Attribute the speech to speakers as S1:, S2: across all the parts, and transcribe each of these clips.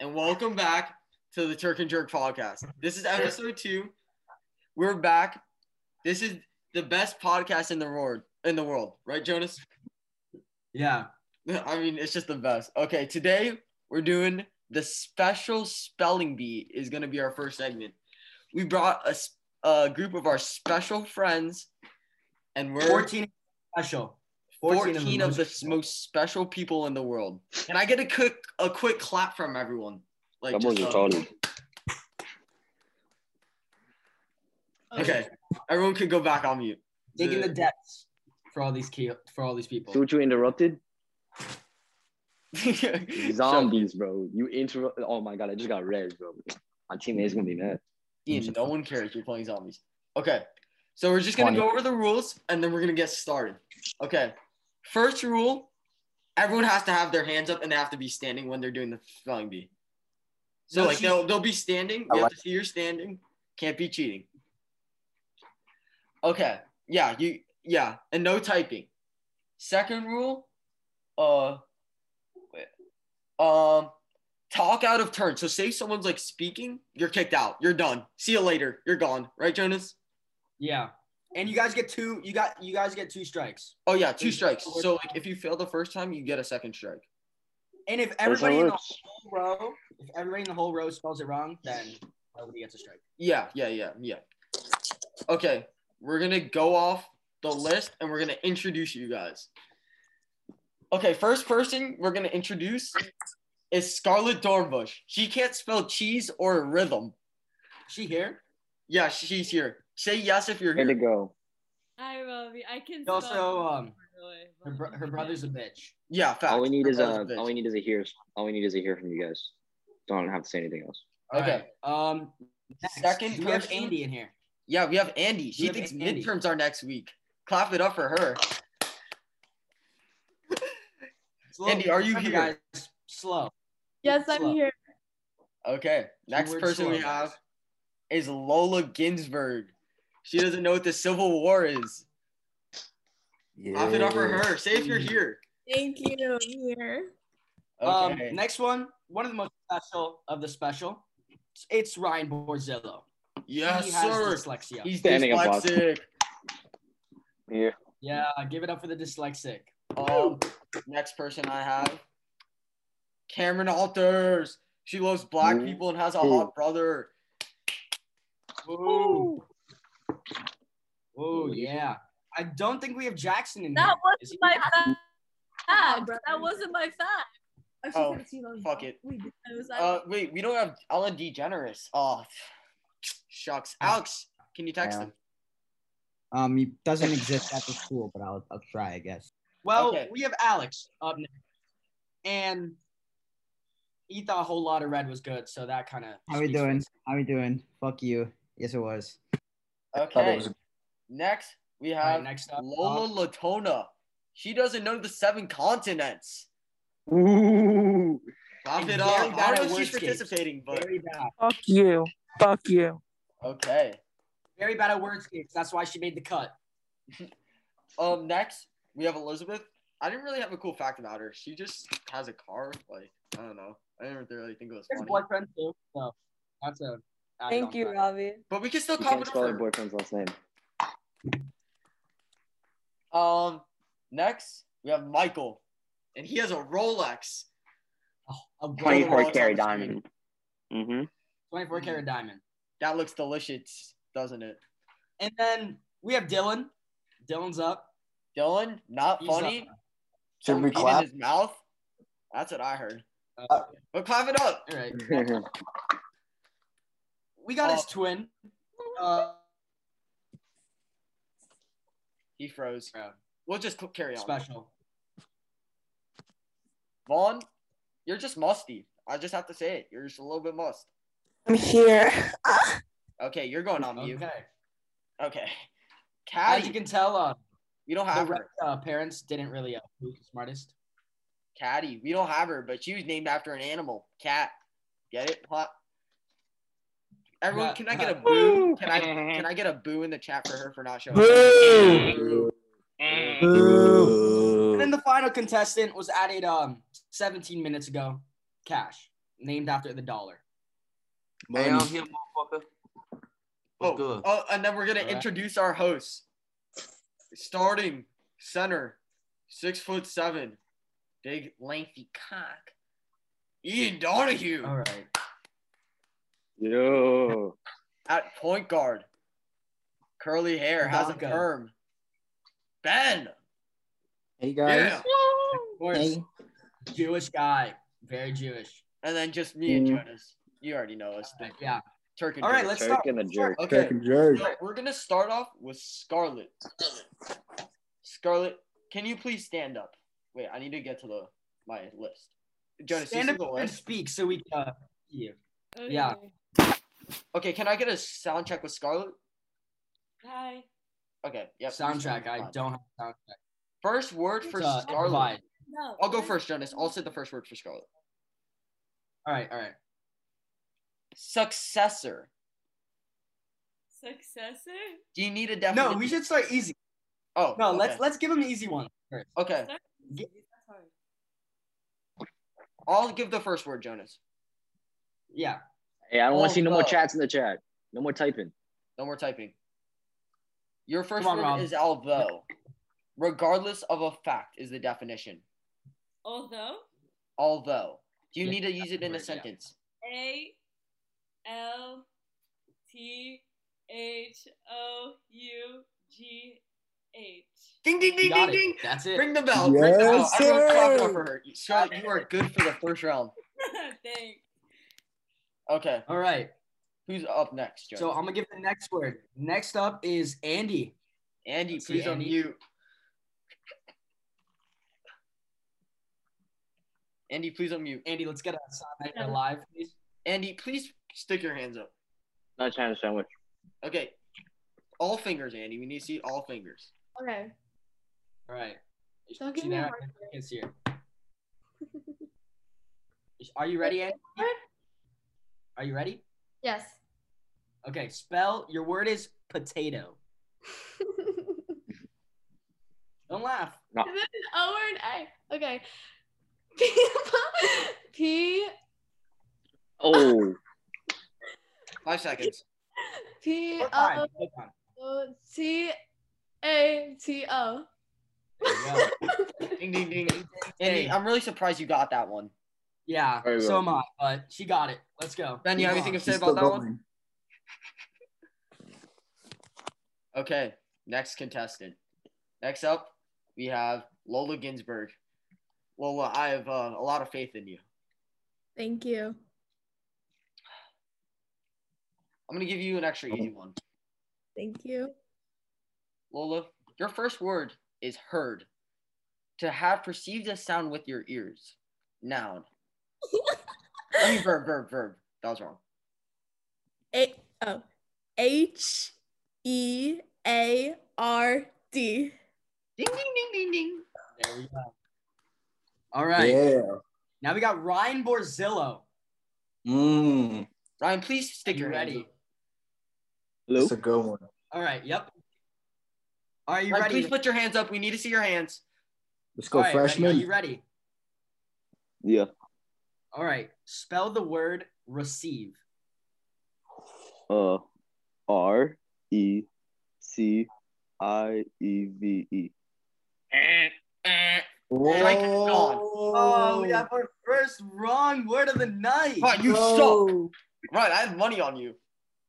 S1: and welcome back to the Turk and Jerk podcast. This is episode two. We're back. This is the best podcast in the world. In the world, right, Jonas?
S2: Yeah.
S1: I mean, it's just the best. Okay, today we're doing the special spelling bee is gonna be our first segment. We brought a, s- a group of our special friends, and we're
S2: 14 is special.
S1: 14, of the
S2: most-
S1: most special people in the world. Can I get a quick a quick clap from everyone? Like
S3: That boy's
S1: just, uh,
S3: retarded.
S1: Okay, everyone could go back on mute.
S2: Digging the
S1: the-
S2: depths for all these key, for all these people.
S3: See what you interrupted?
S1: Zombie.
S3: Zombies, bro. You interrupt. Oh my god, I just got red, bro. My teammate's gonna be mad.
S1: Ian, no one cares. You're playing zombies. Okay, so we're just gonna go over the rules and then we're gonna get started. Okay, first rule: everyone has to have their hands up and they have to be standing when they're doing the spelling bee. So
S2: No
S1: like
S2: cheat-
S1: they'll they'll be standing.
S3: I
S1: You have to see you're standing. Can't be cheating. Okay. Yeah. You. Yeah. And no typing. Second rule. Uh. wait, Um. Talk out of turn. So say someone's like speaking, you're kicked out. You're done. See you later. You're gone. Right, Jonas?
S2: Yeah. And you guys get two. You got. You guys get two strikes.
S1: Oh yeah, two strikes. So like if you fail the first time, you get a second strike.
S2: And if
S3: That's how
S2: everybody
S3: it
S2: in the
S3: works.
S2: whole row, if everybody in the whole row spells it wrong, then nobody gets a strike.
S1: Yeah, yeah, yeah, yeah. Okay, we're gonna go off the list and we're gonna introduce you guys. Okay, first person we're gonna introduce is Scarlett Dornbush. She can't spell cheese or rhythm.
S2: She here.
S1: Yeah, she's here. Say yes if you're
S3: Here to
S1: here.
S3: go.
S4: I will be. I can.
S2: And also,
S4: spell
S2: um,
S4: Roy,
S2: her,
S4: but-
S2: bro- her brother's a bitch.
S1: Yeah, facts.
S3: All we need is
S1: That was
S3: a.
S1: bitch.
S3: All we need is a hear. All we need is a hear from you guys. Don't have to say anything else.
S1: Okay.
S2: All right, Um. next,
S1: Second
S2: do we have
S1: person?
S2: Andy in here.
S1: Yeah, we have Andy. She
S2: have
S1: thinks
S2: Andy.
S1: midterms are next week. Clap it up for her.
S2: Slow.
S1: Andy, are you
S2: Remember,
S1: here?
S2: Guys, slow.
S4: Yes,
S2: Slow.
S4: I'm here.
S1: Okay, next
S2: Keyword
S1: person we
S2: slow, guys.
S1: have is Lola Ginsburg. She doesn't know what the Civil War is. Clap it up for her. Say if you're here.
S4: Thank you. I'm here.
S1: Okay.
S2: Um, next one, one of the most special of the special, it's Ryan Borzillo.
S1: yes,
S2: he has
S1: sir.
S2: dyslexia.
S1: He's
S3: Standing applause.
S1: dyslexic.
S3: Here.
S2: yeah, give it up for the dyslexic.
S1: Um, next person I have, Cameron Alters. She loves black
S3: Ooh.
S1: people and has a hot brother.
S2: Ooh. Oh
S3: Ooh.
S2: yeah. I don't think we have Jackson in here.
S5: That
S2: Is
S5: wasn't
S2: he-
S5: my fact.
S4: brother.
S5: That wasn't my fact.
S4: I
S1: Oh,
S4: should see those.
S1: fuck it.
S4: We did.
S5: It was like,
S1: Uh, wait, we don't have Ellen DeGeneres. Oh, shucks. Alex, can you text
S6: Yeah.
S1: him?
S6: Um, he doesn't exist at the school, but I'll, I'll try, I guess.
S2: Well,
S1: Okay.
S2: we have Alex up next, and he thought a whole lot of red was good, so that kind of.
S6: How we doing? How we doing? Fuck you. Yes, it was.
S3: Thought it
S1: Okay.
S3: was-
S1: Next, we
S2: All right,
S1: have
S2: next
S3: uh,
S2: up,
S1: Lola Latona. She doesn't know the seven continents.
S3: Ooh.
S1: Pop
S2: And
S1: it
S2: Gary
S1: up.
S2: got
S1: I
S2: it
S1: don't know if she's
S2: wordscapes.
S1: participating, but
S2: Oh, very bad,
S7: Fuck you. Fuck you.
S1: okay.
S2: very bad at wordscapes. That's why she made the cut.
S1: Um, next we have Elizabeth. I didn't really have a cool fact about her. She just has a car. Like I don't know. I didn't really think it was
S2: His
S1: funny.
S2: boyfriend too, so that's a. added on
S7: Thank you,
S2: fact.
S7: Robbie.
S1: But we can still
S3: You
S1: cop
S3: can't
S1: it
S3: spell your
S1: over.
S3: boyfriend's last name.
S1: Um, next we have Michael, and he has a Rolex.
S2: A
S1: Twenty four
S2: brother-in-law is on
S3: Twenty-four
S1: Rolex
S3: karat
S2: the screen.
S3: diamond. Mm-hmm.
S2: 24 karat diamond.
S1: That looks delicious, doesn't it?
S2: And then we have Dylan. Dylan's up.
S1: Dylan, not
S2: He's
S1: funny.
S2: up.
S1: Should
S6: we clap?
S1: In his mouth. That's what I heard.
S2: Uh,
S1: But clap it up.
S2: all right.
S6: mm.
S3: Mm-hmm.
S2: We got his twin. Uh,
S1: He froze. We'll just c- carry on.
S2: special.
S1: Vaughn, you're just musty. I just have to say it. You're just a little bit must.
S7: I'm here.
S1: Okay, you're going on mute.
S2: Okay.
S1: Okay.
S2: As you
S1: Caddy,
S2: can tell, uh,
S1: we don't
S2: the
S1: have
S2: rest,
S1: her.
S2: uh, parents didn't really uh, who's the smartest.
S1: Caddy, we don't have her, but she was named after an animal. Cat. Get it? Huh? Everyone,
S2: Yeah,
S1: can I get a
S2: yeah.
S1: boo? Can I can I get a boo in the chat for her for not showing? up?
S7: Boo.
S2: And then the final contestant was added um 17 minutes ago. Cash. named after the dollar.
S5: Damn, here, motherfucker. What's
S1: Oh,
S5: good?
S1: oh, and then we're gonna
S2: Alright.
S1: introduce our hosts. Starting center, six foot seven, big lengthy cock, Ian Donahue
S2: All right.
S3: Yo.
S1: at point guard. Curly hair, has a
S2: Donko.
S1: perm. Ben,
S6: Hey guys.
S1: yeah,
S2: Of course,
S6: Hey.
S2: Jewish guy, very Jewish.
S1: and then just me and
S6: Mm.
S1: Jonas. You already know us. The
S2: Yeah.
S1: Turk and
S2: All right,
S1: Jonas.
S2: let's
S3: Turk
S2: start.
S3: and the
S2: Let's
S3: jerk.
S2: start.
S1: Okay.
S6: Fucking jerk.
S1: So we're gonna start off with Scarlet. Scarlet, can you please stand up? Wait, I need to get to the my list. Jonas, you
S2: Stand
S1: see
S2: up
S1: the
S2: and
S1: list?
S2: speak so we can. Uh, see you. Yeah.
S4: Okay.
S1: Okay, can I get a sound check with Scarlet?
S4: Hi.
S1: Okay, yep.
S2: soundtrack. I don't have soundtrack.
S1: First word for
S2: Uh,
S1: Scarlet.
S2: provide.
S4: No.
S1: I'll go first, Jonas. I'll say the first word for Scarlet.
S2: All right. All right.
S1: Successor.
S4: Successor.
S1: Do you need a definition?
S2: No, we should start easy.
S1: Oh
S2: No,
S1: okay.
S2: let's let's give him an easy one first.
S1: Okay,
S2: Get-
S4: That's hard.
S1: I'll give the first word, Jonas.
S2: Yeah.
S3: Hey, I don't want to see no more
S1: Oh, fuck.
S3: chats in the chat. No more typing.
S1: No more typing. Your first
S2: Come on,
S1: word
S2: Rob.
S1: is although. Regardless of a fact is the definition.
S4: Although
S1: Although. Do you
S2: Yeah,
S1: need to use it in
S2: word,
S1: a
S2: yeah.
S1: sentence?
S4: A L T H O U G H.
S1: Ding ding
S2: You
S1: ding
S2: got
S1: ding
S2: it.
S1: ding.
S2: That's it.
S1: Ring the bell. Ring the bell.
S6: Yes,
S1: Everyone clap it up
S6: sir.
S1: for her. Scarlett, you are good for the first round.
S4: Thanks.
S1: Okay.
S2: All right.
S1: Who's up next, Jonas?
S2: So um, I'm gonna give the next word. Next up is Andy.
S1: Andy,
S2: Let's see,
S1: please
S2: Andy.
S1: unmute. Andy, please unmute.
S2: Andy, let's get a sign that you're alive, please.
S1: Andy, please stick your hands up.
S3: Not trying to sandwich.
S1: Okay. All fingers, Andy. We need to see all fingers.
S4: Okay.
S2: All right.
S4: Don't give
S2: She
S4: me a
S2: now-
S4: hard time.
S2: it's here. Are you ready, Andy? Are you ready?
S4: Yes.
S2: Okay. Spell your word is potato. Don't laugh.
S4: O or an A. Okay. P
S3: Oh,
S1: Five seconds.
S8: P
S2: One
S8: O
S2: time. One time.
S8: O T A T O.
S2: There you go.
S1: Ding, ding, ding. Andy, I'm really surprised you got that one.
S2: Yeah,
S3: There you
S2: so
S3: go.
S2: am I, but she got it. Let's go.
S1: Ben, you have
S2: Move
S1: anything
S2: on.
S1: to say about that one? Okay. Next contestant. Next up, we have Lola Ginsburg. Lola, I have uh, a lot of faith in you.
S8: Thank you.
S1: I'm going to give you an extra easy one.
S8: Thank you.
S1: Lola, your first word is heard. To have perceived a sound with your ears. Noun. I mean, verb, verb, verb. That was wrong.
S8: A O H E A R D.
S1: Ding, ding, ding, ding, ding.
S2: There we go. All right.
S6: Yeah.
S2: Now we got Ryan Borzillo.
S6: Mm,
S1: Ryan, please stick
S2: you
S1: your hand.
S2: ready?
S6: that's
S3: Luke.
S6: a good one.
S2: All right. Yep. Are you
S1: Ryan,
S2: ready?
S1: please put your hands up. We need to see your hands.
S6: Let's
S2: All
S6: go
S2: right, ready?
S6: freshman.
S2: Are you ready?
S3: Yeah.
S2: All right. Spell the word receive.
S3: Uh, R E C I E V E.
S1: Eh. Strike is gone.
S6: Whoa.
S2: Oh, we have our first wrong word of the night.
S1: Ryan, you suck.
S6: Whoa.
S1: Ryan, I have money on you.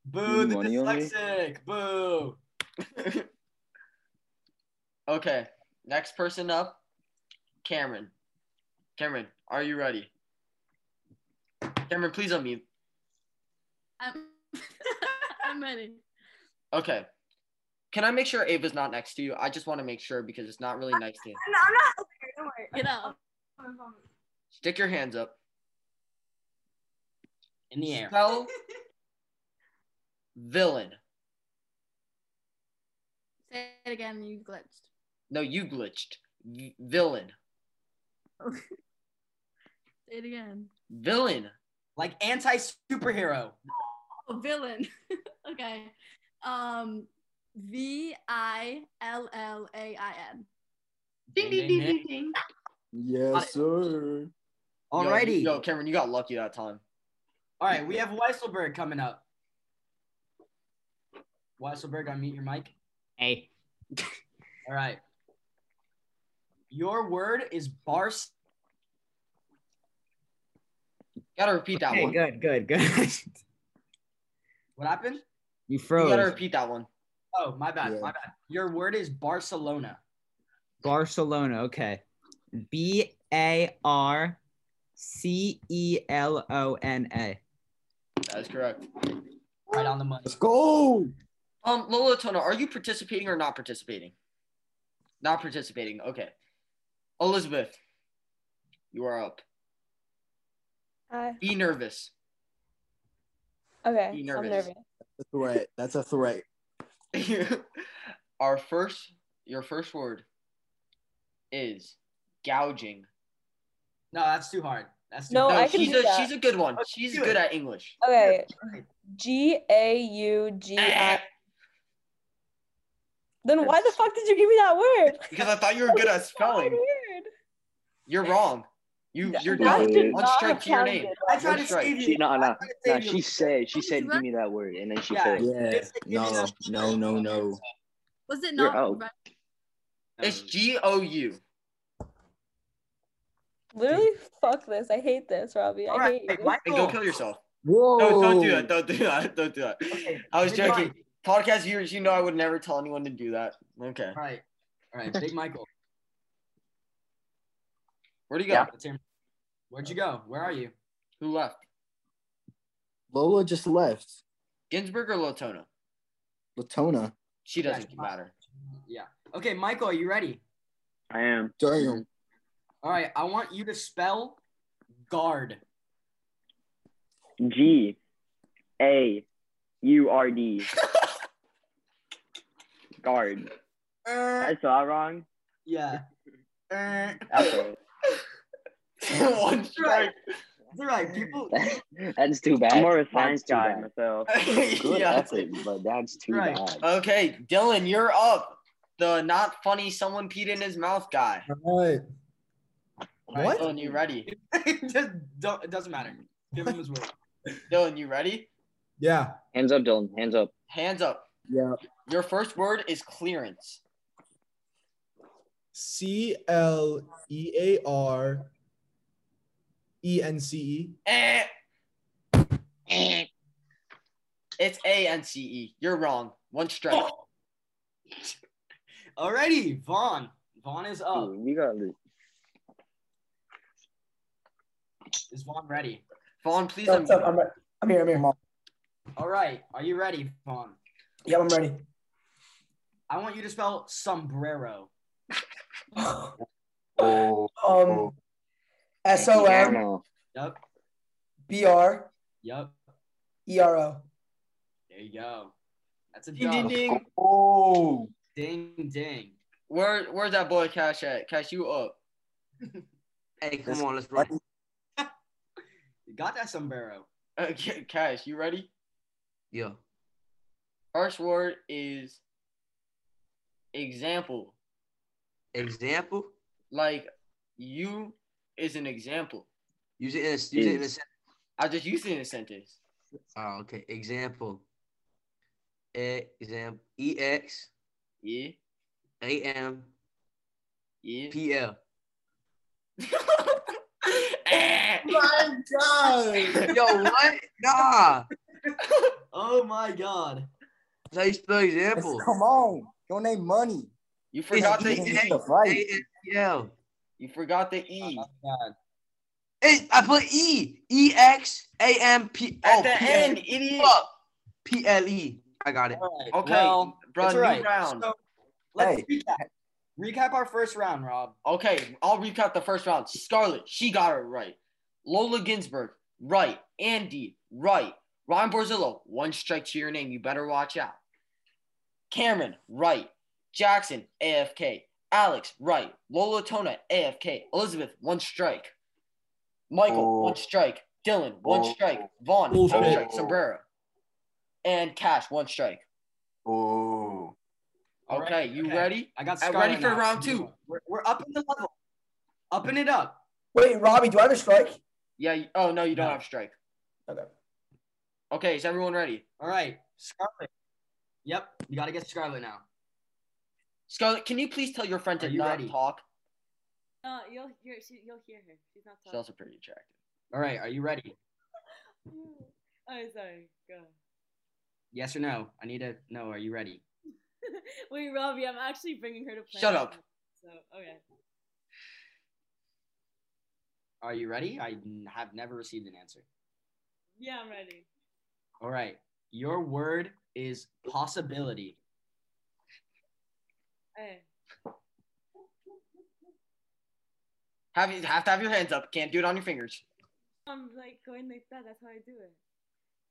S2: Boo, the
S3: Money on me?
S2: dyslexic. Boo.
S1: Okay. Next person up, Cameron. Cameron, are you ready? Cameron, please unmute.
S8: I'm, I'm ready.
S1: Okay. Can I make sure Ava's not next to you? I just want to make sure because it's not really nice to
S4: No, I'm not. Don't worry.
S8: Get up.
S1: stick your hands up.
S2: In the air.
S1: Spell villain.
S8: Say it again. You glitched.
S1: No, you glitched. V- villain.
S8: Say it again.
S1: Villain.
S2: Like anti superhero.
S8: Oh, villain. okay. Um, V I L L A I N.
S1: Ding ding ding ding ding.
S6: Yes, sir.
S1: Yo,
S2: Alrighty.
S1: Yo, Cameron, you got lucky that time.
S2: All right, we have Weisselberg coming up. Weisselberg, unmute your mic.
S9: Hey.
S2: All right. Your word is bar.
S1: Gotta repeat that
S10: Okay,
S1: one.
S10: good, good, good.
S2: What happened?
S10: you
S1: You gotta
S10: froze.
S1: repeat that one.
S2: Oh, my bad.
S10: Yeah.
S2: My bad. Your word is Barcelona.
S10: Barcelona. Okay. B A R C E L O N A.
S1: That is correct.
S2: Right on the money.
S10: Let's go.
S1: Um, Lola Tona, are you participating or not participating? Not participating. Okay. Elizabeth, you are up.
S11: Hi.
S1: Be nervous.
S11: Uh, Okay.
S1: Be
S11: I'm
S1: nervous.
S11: nervous.
S7: a threat. That's a threat.
S1: Our first, your first word is gouging.
S2: No, that's too hard. That's too
S11: No,
S2: hard.
S11: Oh, I can
S1: she's
S11: do
S1: a
S11: that.
S1: she's a good one.
S2: Okay,
S1: She's
S2: Oh, do
S1: good
S2: it.
S1: at English.
S11: Okay. G A U G I. Then why the fuck did you give me that word?
S1: Because I thought you were good at
S11: Weird.
S1: spelling. You're wrong. You you're
S11: That
S1: done.
S11: did
S1: One
S11: not
S1: strike to your
S11: sound
S1: name.
S11: good.
S2: I tried to
S1: That's right.
S2: save
S3: She,
S2: you.
S3: no, no,
S2: I tried to
S3: no.
S2: save you.
S3: She said, she said,
S8: Yeah.
S3: give me that word, and then she
S2: Yeah.
S3: failed.
S7: Yeah.
S2: It's- you
S7: No,
S2: just-
S7: no, no, no.
S8: Was it
S3: You're
S8: not
S3: out.
S8: right?
S1: It's G O U.
S11: Literally, fuck this. I hate this, Robbie. I
S2: All right,
S11: hate you.
S1: Hey, go
S2: Michael.
S1: kill yourself.
S10: Whoa.
S1: No, don't
S7: Oh.
S1: do that. Don't do that. Don't do that.
S2: Okay,
S1: I was
S2: Big
S1: joking.
S2: Mike.
S1: Podcast viewers, you know I would never tell anyone to do that. Okay.
S2: All right. All right, Big Michael.
S1: Where'd he go?
S12: Yeah.
S2: Let's hear- Where'd you go? Where are you?
S1: Who left?
S7: Lola just left.
S1: Ginsburg or Latona?
S7: Latona.
S1: She doesn't
S2: Yeah.
S1: matter.
S2: Yeah. Okay, Michael, are you ready?
S3: I am.
S7: Damn.
S2: All right, I want you to spell guard.
S3: G A U R D. Guard. I saw it wrong.
S2: Yeah. Uh,
S3: That's all
S1: One strike.
S2: it's all right, people.
S3: right. That's too bad.
S12: I'm more of a science
S3: That's too
S12: guy
S3: bad.
S12: myself.
S3: Good
S1: yeah.
S3: effort, but that's too
S2: Right.
S3: bad.
S1: Okay, Dylan, you're up. The not funny someone peed in his mouth guy.
S7: All right.
S2: All right,
S1: Dylan, you ready?
S2: Just don't, it doesn't matter. Give him his word.
S1: Dylan, you ready?
S7: Yeah.
S3: Hands up, Dylan. Hands up.
S1: Hands up.
S7: Yeah.
S1: Your first word is clearance.
S7: C L E A R E N C E.
S1: Eh. It's A N C E. You're wrong. One strike.
S2: Alrighty, Vaughn. Vaughn is up.
S3: Dude, we got this.
S2: Is Vaughn ready?
S1: Vaughn, please.
S7: What's
S1: unmute.
S7: up? I'm, re- I'm here. I'm here. Mom.
S2: All right, are you ready, Vaughn?
S7: Yeah, I'm ready.
S2: I want you to spell sombrero.
S7: Um, S O M
S2: um,
S3: Piano.
S2: Yup.
S7: B R
S2: Yup.
S7: E R O.
S2: There you go. That's a
S1: Ding, ding,
S2: ding
S1: ding.
S7: Oh.
S2: ding ding.
S1: Where, where's that boy Cash at? Cash, you up?
S12: Hey, come on, let's run.
S2: You got that sombrero.
S1: Uh, Ca- Cash, you ready?
S12: Yeah.
S1: First word is example.
S12: Example.
S1: Like you is an example.
S12: Use it in a use it in a sentence.
S1: I just used it in a sentence.
S12: Oh, okay. Example. Example. E X
S1: Yeah,
S12: A M
S1: yeah.
S12: P L.
S1: Eh.
S7: My God.
S12: Yo, what? Nah.
S2: Oh my god.
S12: That's how you spell example.
S7: on. Your name money.
S1: you forgot
S12: It's
S1: the
S7: This is
S1: E.
S7: the
S12: A
S7: fight.
S12: M P L.
S1: You forgot the E.
S2: Oh my god.
S12: Hey, I put E E X A M P.
S1: At
S12: oh,
S1: the
S12: P L.
S1: end, idiot.
S12: Fuck. P L E. I got it.
S2: All right.
S1: Okay,
S2: Well,
S1: bro,
S2: it's
S1: new
S2: all right.
S1: round.
S2: So, let's
S7: Hey.
S2: recap. Recap our first round, Rob.
S1: Okay, I'll recap the first round. Scarlett, she got it right. Lola Ginsburg, right. Andy, right. Ryan Borzillo, one strike to your name. You better watch out. Cameron, right. Jackson, AFK. Alex, right. Lola Tona, AFK. Elizabeth, one strike. Michael,
S12: Oh.
S1: one strike. Dylan, one
S12: Oh.
S1: strike. Vaughn,
S7: Oh.
S1: one strike. Sombrero. And Cash, one strike.
S12: Oh.
S2: All
S1: Okay,
S2: right,
S1: you
S2: okay.
S1: ready?
S2: I got
S1: Uh,
S2: Scarlet
S1: ready for
S2: now.
S1: round two.
S2: We're, we're up in the level. Upping it up.
S7: Wait, Robbie, do I have a strike?
S1: Yeah. You, oh, no, you don't
S2: No.
S1: have strike.
S7: Okay.
S1: Okay, is everyone ready?
S2: All right, Scarlet. Yep, you gotta get Scarlet now.
S1: Scarlett, can you please tell your friend
S2: Are
S1: to
S2: you
S1: not
S2: ready?
S1: talk?
S8: Uh, you'll hear she, you'll hear her. She's not
S1: She's also pretty attractive.
S2: All right, are you ready?
S8: talking. oh, sorry. Go.
S2: Yes or no? I need to know. Are you ready?
S8: Wait, Robbie, I'm actually bringing her to play.
S1: Shut up.
S8: So okay.
S2: Are you ready? I n- have never received an answer.
S8: Yeah, I'm ready.
S2: All right, your word is possibility.
S8: Okay.
S1: Have you have to have your hands up. Can't do it on your fingers.
S8: I'm like going like that. That's how I do it.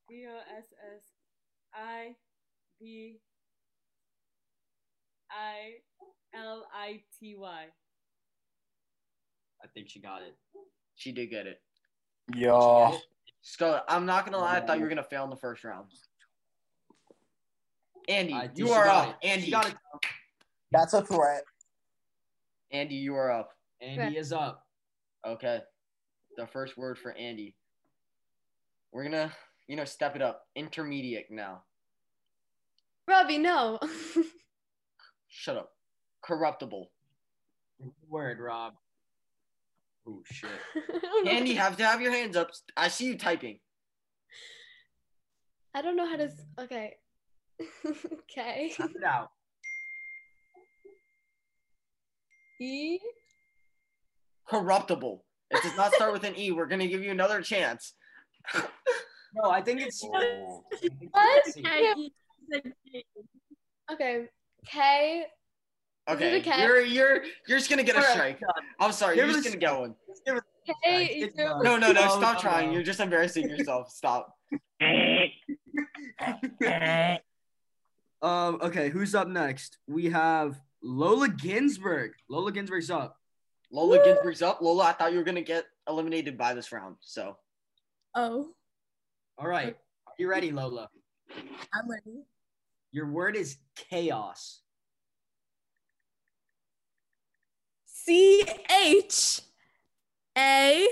S8: B O S S I B I L I T Y.
S2: I think she got it.
S1: She did get it.
S7: Yo.
S1: Scarlett, I'm not gonna lie. I thought you were gonna fail in the first round. Andy,
S2: I think
S1: you
S2: she
S1: are
S2: got
S1: up.
S2: it.
S1: Andy,
S2: She got it.
S7: That's a threat.
S1: Andy, you are up.
S2: Andy is up.
S1: Okay. The first word for Andy. We're gonna, you know, step it up. Intermediate now.
S4: Robbie, no.
S1: Shut up. Corruptible.
S2: Word, Rob. Oh shit.
S1: Andy, have to have your hands up. I see you typing.
S4: I don't know how to. s- Okay. okay.
S2: Tap it out.
S13: E
S1: Corruptible. It does not start with an E. We're gonna give you another chance.
S2: No, I think it's.
S3: Oh.
S2: I think it's
S13: What?
S2: C.
S13: Yeah.
S8: K E Z K.
S4: Okay. K. it
S1: Okay.
S4: okay?
S1: You're you're you're just gonna get a
S2: All right,
S1: strike. I'm sorry,
S2: Give
S1: you're
S2: it
S1: just
S2: a
S1: gonna get one.
S13: K
S8: E
S2: It's
S13: U
S2: done.
S1: No, no, no,
S2: Oh,
S1: stop
S2: no,
S1: trying.
S2: no.
S1: You're just embarrassing yourself. Stop.
S2: Um, okay, who's up next? We have Lola Ginsburg. Lola Ginsburg's up.
S1: Lola Ginsburg's up. Lola, I thought you were gonna get eliminated by this round. So
S8: Oh,
S2: All right. Are you ready, Lola?
S8: I'm ready.
S2: Your word is chaos.
S8: C H A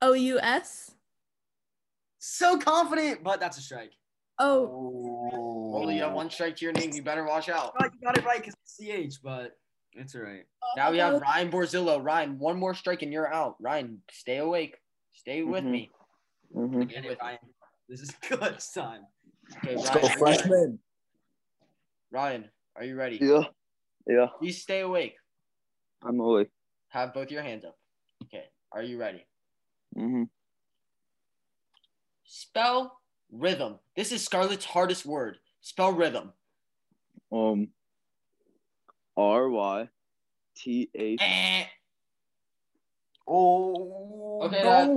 S8: O U S.
S2: So confident, but that's a strike.
S8: Oh,
S1: Lola, you have one strike to your name. You better watch out.
S2: But you got it right because it's CH, but it's all right.
S1: Now we have Ryan Borzillo. Ryan, one more strike and you're out. Ryan, stay awake. Stay with
S3: Mhm.
S1: me.
S3: Mm-hmm.
S2: Get it, Ryan. This is good time.
S1: Okay,
S3: Let's
S1: Ryan,
S3: go,
S1: are you ready?
S3: freshman.
S1: Ryan, are you ready?
S3: Yeah. Yeah.
S1: Please stay awake.
S3: I'm awake.
S1: Have both your hands up. Okay, are you ready?
S3: Mm-hmm.
S1: Spell rhythm. This is Scarlett's hardest word. Spell rhythm.
S3: Um. R Y T H.
S1: Eh.
S3: Oh.
S1: Okay,
S2: Uh,
S1: Okay,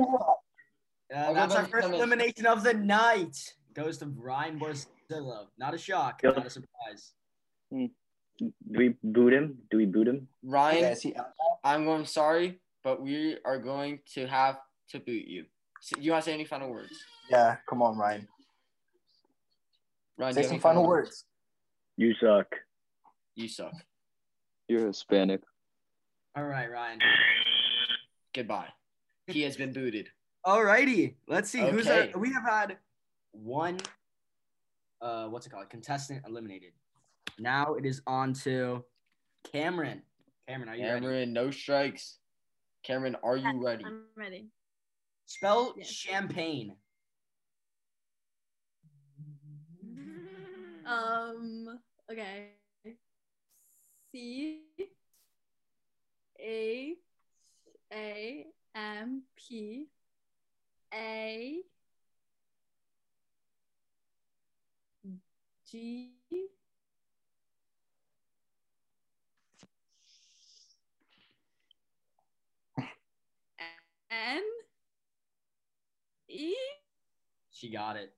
S2: that's our
S1: buddy,
S2: first
S1: come in.
S2: elimination of the night. Goes to Ryan Borzillo. Not a shock,
S3: Yep.
S2: not a surprise.
S3: Do we boot him? Do we boot him?
S1: Ryan,
S5: Yeah, see,
S1: I'm going sorry, but we are going to have to boot you. So you want to say any final words?
S5: yeah, come on, Ryan.
S1: Ryan, do
S5: Say
S1: you have
S5: some
S1: any
S5: final words.
S3: You suck.
S1: You suck.
S3: You're Hispanic.
S2: All right, Ryan.
S1: Goodbye. He has been booted.
S2: Alrighty, let's see who's our,
S1: Okay.
S2: we have had one uh what's it called contestant eliminated. Now it is on to Cameron. Cameron, are you ready?
S1: Cameron, no strikes. Cameron, are you ready?
S8: I'm ready.
S2: Spell
S8: Yes.
S2: champagne.
S8: Um. Okay. C A A M P A G N E.
S2: She got it.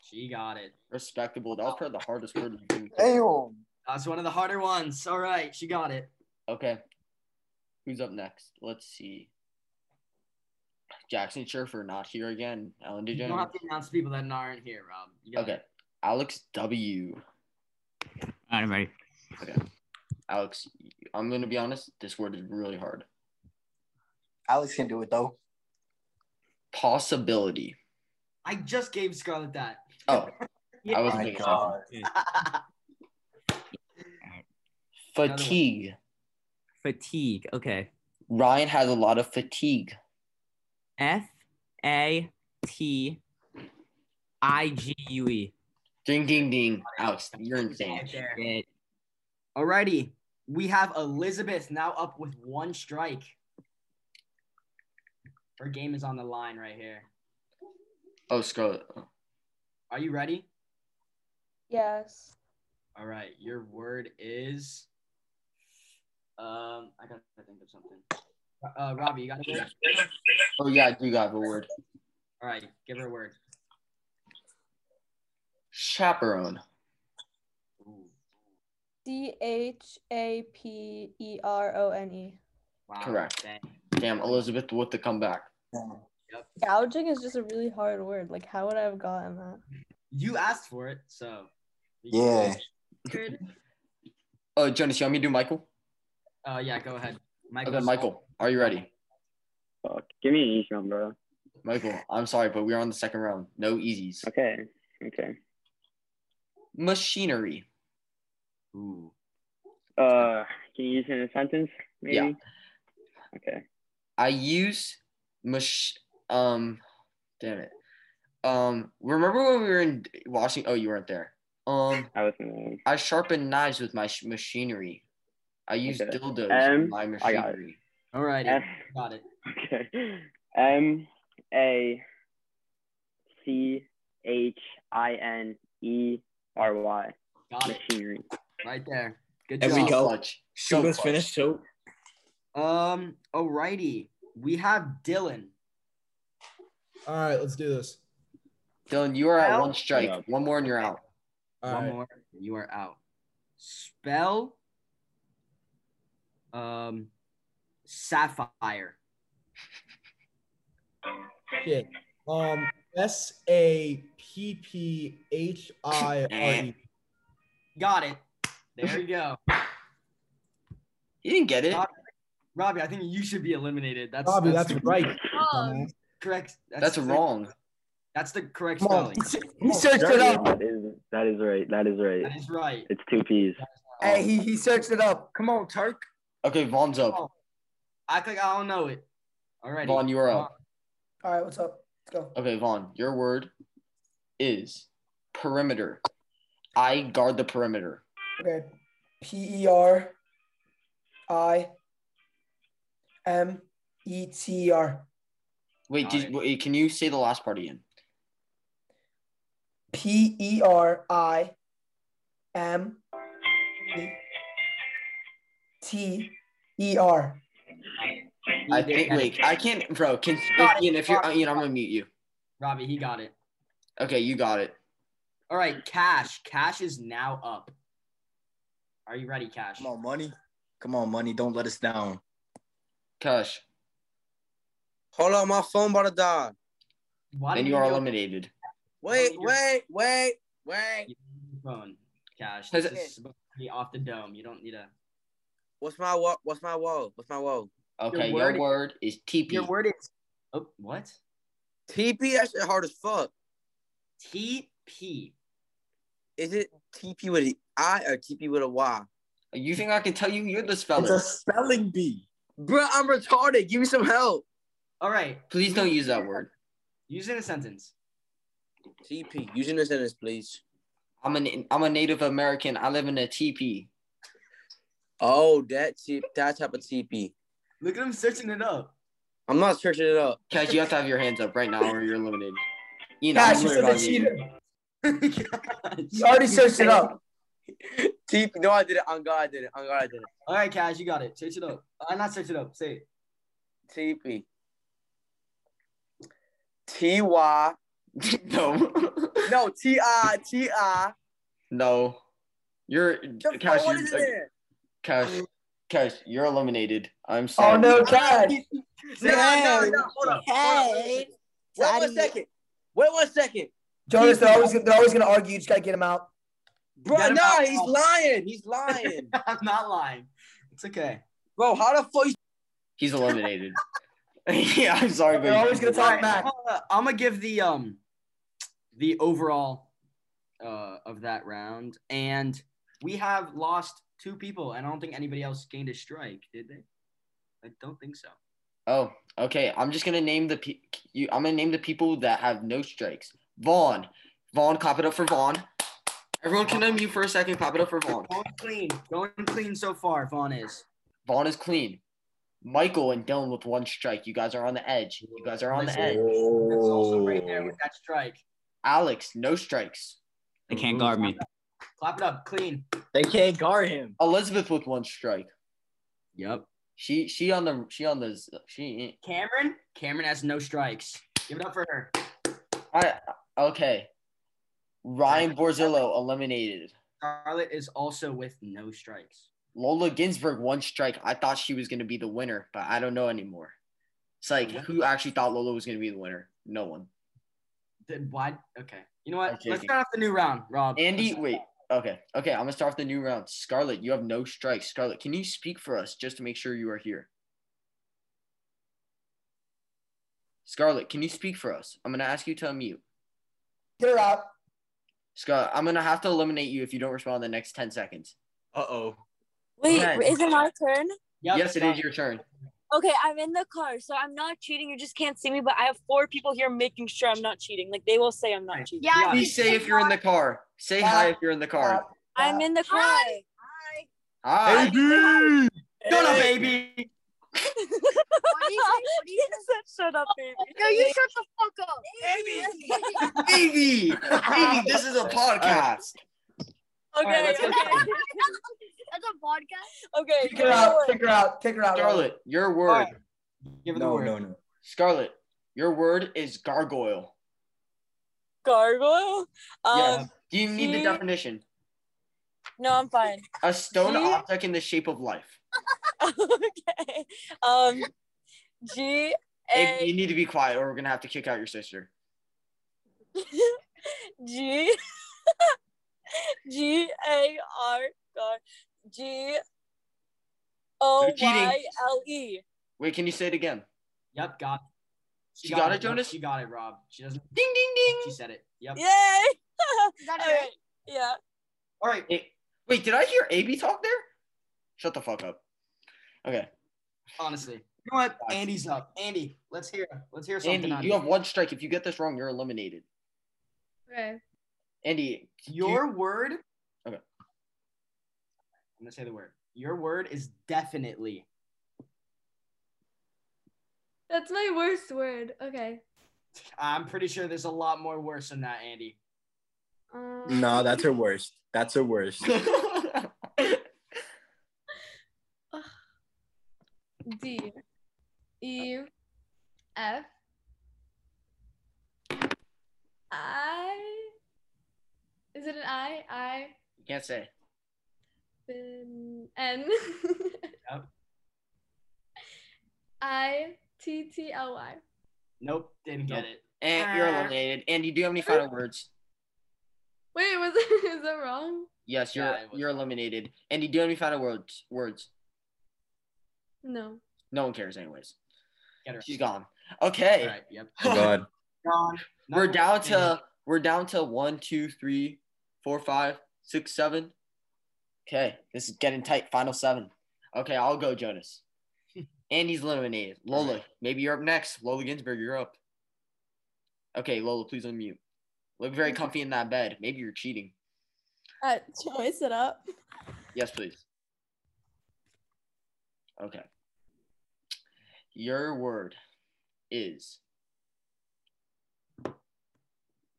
S2: She got it.
S1: Respectable. That was probably the hardest word. you can-
S5: Damn.
S2: That's one of the harder ones. All right, she got it.
S1: Okay. Who's up next? Let's see. Jackson Scherfer not here again. Ellen
S2: You don't
S1: DeGeneres.
S2: have to announce people that aren't here, Rob. You got
S1: Okay.
S2: it.
S1: Alex W.
S6: All right, ready.
S1: Alex, I'm gonna be honest. This word is really hard.
S5: Alex can do it though.
S1: possibility.
S2: I just gave Scarlett that.
S1: Oh, I was
S7: My
S1: thinking
S7: God.
S1: fatigue.
S10: Fatigue. Okay.
S1: Ryan has a lot of fatigue.
S10: F A T I G U E.
S1: Ding ding ding. Alex, you're insane.
S2: There.
S10: Shit.
S2: Alrighty. We have Elizabeth now up with one strike. Her game is on the line right here.
S1: Oh, Scarlet.
S2: Are you ready?
S8: Yes.
S2: All right. Your word is. Um, I gotta think of something. Uh, Robbie, you got a word?
S1: Oh yeah, I do got a word.
S2: All right, give her a word.
S1: Chaperone.
S2: Ooh,
S8: C H A P E R O N E.
S2: wow.
S1: Correct.
S2: Dang.
S1: Damn, Elizabeth with the comeback.
S8: Gouging is just a really hard word. Like, how would I have gotten that?
S2: You asked for it, so.
S7: Yeah.
S14: Word.
S1: Oh, Jonas, you want me to do Michael?
S2: Uh, yeah. Go ahead, Michael.
S1: Okay, Michael, are you ready?
S3: Fuck. Give me an easy one, bro.
S1: Michael, I'm sorry, but we're on the second round. No easies.
S3: Okay. Okay.
S1: Machinery.
S2: Ooh.
S3: Uh, can you use it in a sentence? Maybe?
S1: Yeah.
S3: Okay.
S1: I use mach. Um, damn it. Um, remember when we were in Washington? Oh, you weren't there. Um,
S3: I was in
S1: I sharpen knives with my sh- machinery. I use
S3: Okay.
S1: dildos
S3: Um,
S1: with my
S3: I got it.
S1: machinery.
S2: All righty.
S3: F.
S2: Got it.
S3: Okay. M A C H I N E R Y.
S2: Got it.
S3: Machinery.
S2: Right there. Good
S15: There we
S2: job.
S15: go.
S1: Clutch.
S15: She
S1: So
S15: was
S1: clutch.
S15: finished. So
S2: Um. Alrighty. We have Dylan.
S16: All right, let's do this.
S1: Dylan, you are at
S2: Well-
S1: one strike.
S3: Yeah.
S1: One more and you're out.
S16: All
S2: One
S16: right.
S2: more. You are out. Spell. Um. Sapphire.
S16: Shit. Um, S A P P H I R E.
S2: Got it. There you go.
S1: You didn't get it.
S2: Robbie, Robbie, I think you should be eliminated. That's
S16: Robbie, that's right.
S14: Oh,
S2: correct.
S1: That's
S2: the-
S1: wrong.
S2: That's the correct
S16: Come on.
S2: spelling.
S15: he searched it up.
S3: That is, that is right. That is right.
S2: That is right.
S3: It's two P's.
S15: Hey, he, he searched it up. Come on, Turk.
S1: Okay, Vaughn's up.
S2: Act like I don't know it. Alrighty.
S1: Vaughn, you are
S2: Vaughn.
S1: up.
S15: All right, what's up? Let's go.
S1: Okay, Vaughn, your word is perimeter. I guard the perimeter.
S15: Okay. P E R I M E T R.
S1: Wait, did,
S2: Alright.
S1: wait, can you say the last part again?
S15: P E R I M E T E R.
S2: He
S1: I
S2: did
S1: think.
S2: that.
S1: Wait, I can't, bro. Can
S2: Got it.
S1: Ian, if you're
S2: Got it.
S1: Ian, I'm gonna mute you.
S2: Robbie, he got it.
S1: Okay, you got it.
S2: All right, Cash. Cash is now up. Are you ready, Cash?
S7: Come on, money. Come on, money. Don't let us down.
S1: Kush,
S15: Hold on, my phone about to die.
S2: Why
S1: and
S2: did
S1: you are
S2: know-
S1: eliminated.
S15: Wait,
S2: Your-
S15: wait, wait, wait.
S2: you need your phone, Cash.
S1: Has
S2: This
S1: it-
S2: is supposed to be off the dome. You don't need a.
S15: What's my wall? What's my wall? What's my wall?
S1: Okay, your word,
S2: word-
S1: is TP.
S2: Your word is. Oh, what?
S15: TP, that shit hard as fuck.
S2: TP.
S15: Is it TP with an I or TP with a Y?
S1: You think I can tell you? You're the
S7: It's
S1: speller.
S7: a spelling bee.
S15: Bro, I'm retarded. Give me some help.
S2: All right.
S1: Please don't use that word.
S2: Use it in a sentence.
S15: TP, using the sentence, please.
S1: I'm an I'm a Native American. I live in a teepee.
S15: Oh, that t- that type of TP.
S2: Look at him searching it up.
S15: I'm not searching it up.
S1: Cash, you have to have your hands up right now, or you're eliminated. Ian,
S15: Cash,
S1: I'm
S15: you
S1: worried
S15: said the
S1: about you.
S15: cheater.
S2: Cash.
S15: You already searched it up. TP, no, I did it. On God, I did it. On God, I did it.
S2: All right, Cash, you got it. Search it up. Uh, not search it up. Say it.
S15: TP. T Y.
S1: no,
S15: No, T I T I.
S1: no. You're
S15: The
S1: Cash.
S15: fuck, what is it
S1: You're,
S15: there?
S1: Cash, Cash, you're eliminated. I'm sorry.
S15: Oh no, Cash. No, no, no, hold up. Hold up.
S8: Hey.
S15: Wait one second. Wait one second.
S7: Jonas, they're always, they're always gonna argue.
S15: Bro,
S2: Get him
S15: nah,
S2: out.
S15: he's lying. He's lying.
S2: I'm not lying. It's okay.
S15: Bro, how the fuck you
S1: He's eliminated. yeah, I'm sorry, but
S2: I'm gonna give the um the overall uh of that round, and we have lost two people, and I don't think anybody else gained a strike, did they? I don't think so.
S1: Oh, okay. I'm just gonna name the pe- you. I'm gonna name the people that have no strikes. Vaughn, Vaughn, clap it up for Vaughn. Everyone can unmute for a second. Clap it up for Vaughn.
S2: Going clean, going clean so far. Vaughn is.
S1: Vaughn is clean. Michael and Dylan with one strike. You guys are on the edge. You guys are on the edge.
S2: It's also right there with that strike.
S1: Alex, no strikes.
S10: They can't guard me.
S2: Clap it up, clean.
S5: They can't guard him.
S1: Elizabeth with one strike.
S2: Yep.
S1: She she on the she on the she.
S2: Cameron, Cameron has no strikes. Give it up for her.
S1: I okay. Ryan Borzillo eliminated.
S2: Charlotte is also with no strikes.
S1: Lola Ginsburg one strike. I thought she was gonna be the winner, but I don't know anymore. It's like who actually thought Lola was gonna be the winner? No one.
S2: Then why? Okay. You know what?
S1: Okay.
S2: Let's start off the new round, Rob.
S1: Andy, wait. Okay, okay. I'm gonna start off the new round. Scarlett, you have no strikes. Scarlett, can you speak for us just to make sure you are here? Scarlett, can you speak for us? I'm gonna ask you to unmute.
S7: Get her out.
S1: Scarlett, I'm gonna have to eliminate you if you don't respond in the next 10 seconds.
S5: Uh oh.
S11: Wait,
S1: Ten.
S11: is it my turn?
S1: yes, it is your turn.
S11: Okay, I'm in the car, so I'm not cheating. You just can't see me, but I have four people here making sure I'm not cheating. Like they will say I'm not cheating.
S8: Yeah,
S1: Please say if you're in the car. Say hi if you're in the car.
S11: I'm in the car.
S1: Hi.
S5: Baby!
S2: Shut up, baby.
S11: He said, Shut up, baby.
S4: No, you shut the fuck up.
S1: Baby, baby, this is a podcast.
S11: Okay,
S1: Alright, let's
S11: okay.
S1: go.
S4: That's a podcast.
S11: okay.
S7: Kick her out. Kick her out. Kick her out.
S1: Scarlett, your word.
S2: Give her the
S7: No,
S2: word.
S7: no, no.
S1: Scarlett, your word is gargoyle.
S11: Gargoyle. Um,
S1: yes. Do you need the
S11: he-
S1: definition?
S11: No, I'm fine.
S1: A stone
S11: he-
S1: object in the shape of life.
S11: okay. Um, G
S1: If
S11: A
S1: you need to be quiet, or we're gonna have to kick out your sister.
S11: G G A R gar- G O
S1: cheating.
S11: Y L E.
S1: Wait, can you say it again?
S2: Yep, got.
S1: She got it,
S2: Rob.
S1: Jonas?
S2: She got it, Rob. She doesn't.
S1: Ding ding ding.
S2: She said it. Yep.
S11: Yay!
S4: Is that
S11: All
S4: it?
S11: right. Yeah.
S2: All right.
S1: It- wait, did I hear AB talk there? Shut the fuck up. Okay,
S2: Honestly, you know what? Andy's up. Andy, let's hear. Let's hear something.
S1: Andy,
S2: on
S1: you have one strike. If you get this wrong, you're eliminated.
S4: Okay.
S1: Andy,
S2: Your word.
S1: Okay.
S2: I'm gonna say the word. Your word is definitely.
S4: That's my worst word. Okay.
S2: I'm pretty sure there's a lot more worse than that, Andy.
S4: Um,
S7: No, that's her worst. That's her worst.
S4: D E F I. Is it an I? I
S1: you can't say.
S4: N N.
S2: Yep.
S4: I T T L Y.
S2: Nope, didn't get it.
S1: And you're eliminated. Andy, do you have any final words?
S4: Wait, was is that wrong?
S1: Yes, you're
S2: Yeah, it was-
S1: you're eliminated. Andy, do you have any final words? Words.
S4: No.
S1: No one cares, anyways.
S2: Get her.
S1: She's gone. Okay,
S2: All right. Yep.
S7: God.
S2: Gone.
S1: we're
S2: Not
S1: down
S2: working.
S1: to we're down to one, two, three, four, five, six, seven. Okay, this is getting tight. Final seven. Okay, I'll go, Jonas. Andy's eliminated. Lola, maybe you're up next. Lola Ginsburg, you're up. Okay, Lola, please unmute. Look very comfy in that bed. Maybe you're cheating.
S11: Uh, shall I sit up?
S1: Yes, please. Okay. Your word is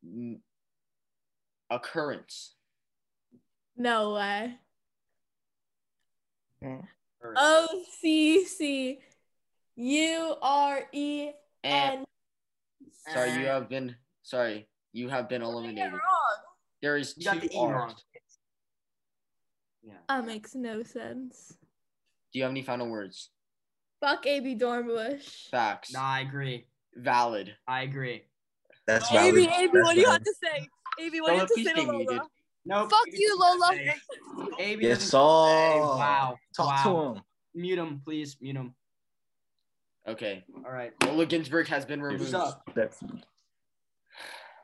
S1: n- occurrence.
S11: No way.
S2: All right.
S11: O C C U R E
S1: And
S11: N.
S1: sorry, you have been sorry, you have been eliminated. There is
S2: You got
S1: two
S2: the E wrong. Uh,
S1: R's.
S11: That makes no sense.
S1: Do you have any final words?
S11: Fuck AB Dornbush.
S1: Facts.
S2: Nah, I agree.
S1: Valid.
S2: I agree.
S7: That's valid.
S11: AB, AB,
S7: That's
S11: what do you have
S7: valid.
S11: to say? AB, what do you have
S1: Lola,
S11: to
S1: please
S11: say to
S1: stay muted.
S11: Lola?
S2: Nope.
S4: Fuck you, Lola.
S2: Abe
S7: Yes,
S2: doesn't-
S7: sir.
S2: Hey, Wow.
S7: Talk
S2: wow.
S7: to him.
S2: Mute him, please. Mute him.
S1: Okay.
S2: All right.
S1: Lola Ginsburg has been removed.
S2: Who's up?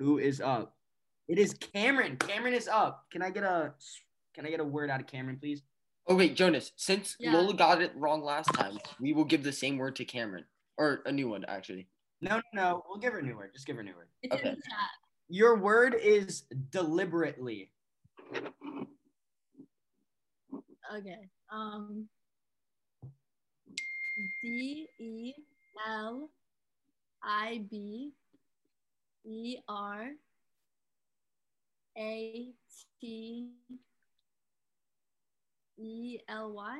S2: Who is up? It is Cameron. Cameron is up. Can I get a Can I get a word out of Cameron, please?
S1: Oh wait, Jonas. Since
S2: Yeah.
S1: Lola got it wrong last time, we will give the same word to Cameron or a new one actually.
S2: No, no, no. We'll give her a new word. Just give her a new word.
S1: It's in the Okay.
S2: Your word is deliberately.
S8: Okay. Um. D E L I B E R A T E L Y.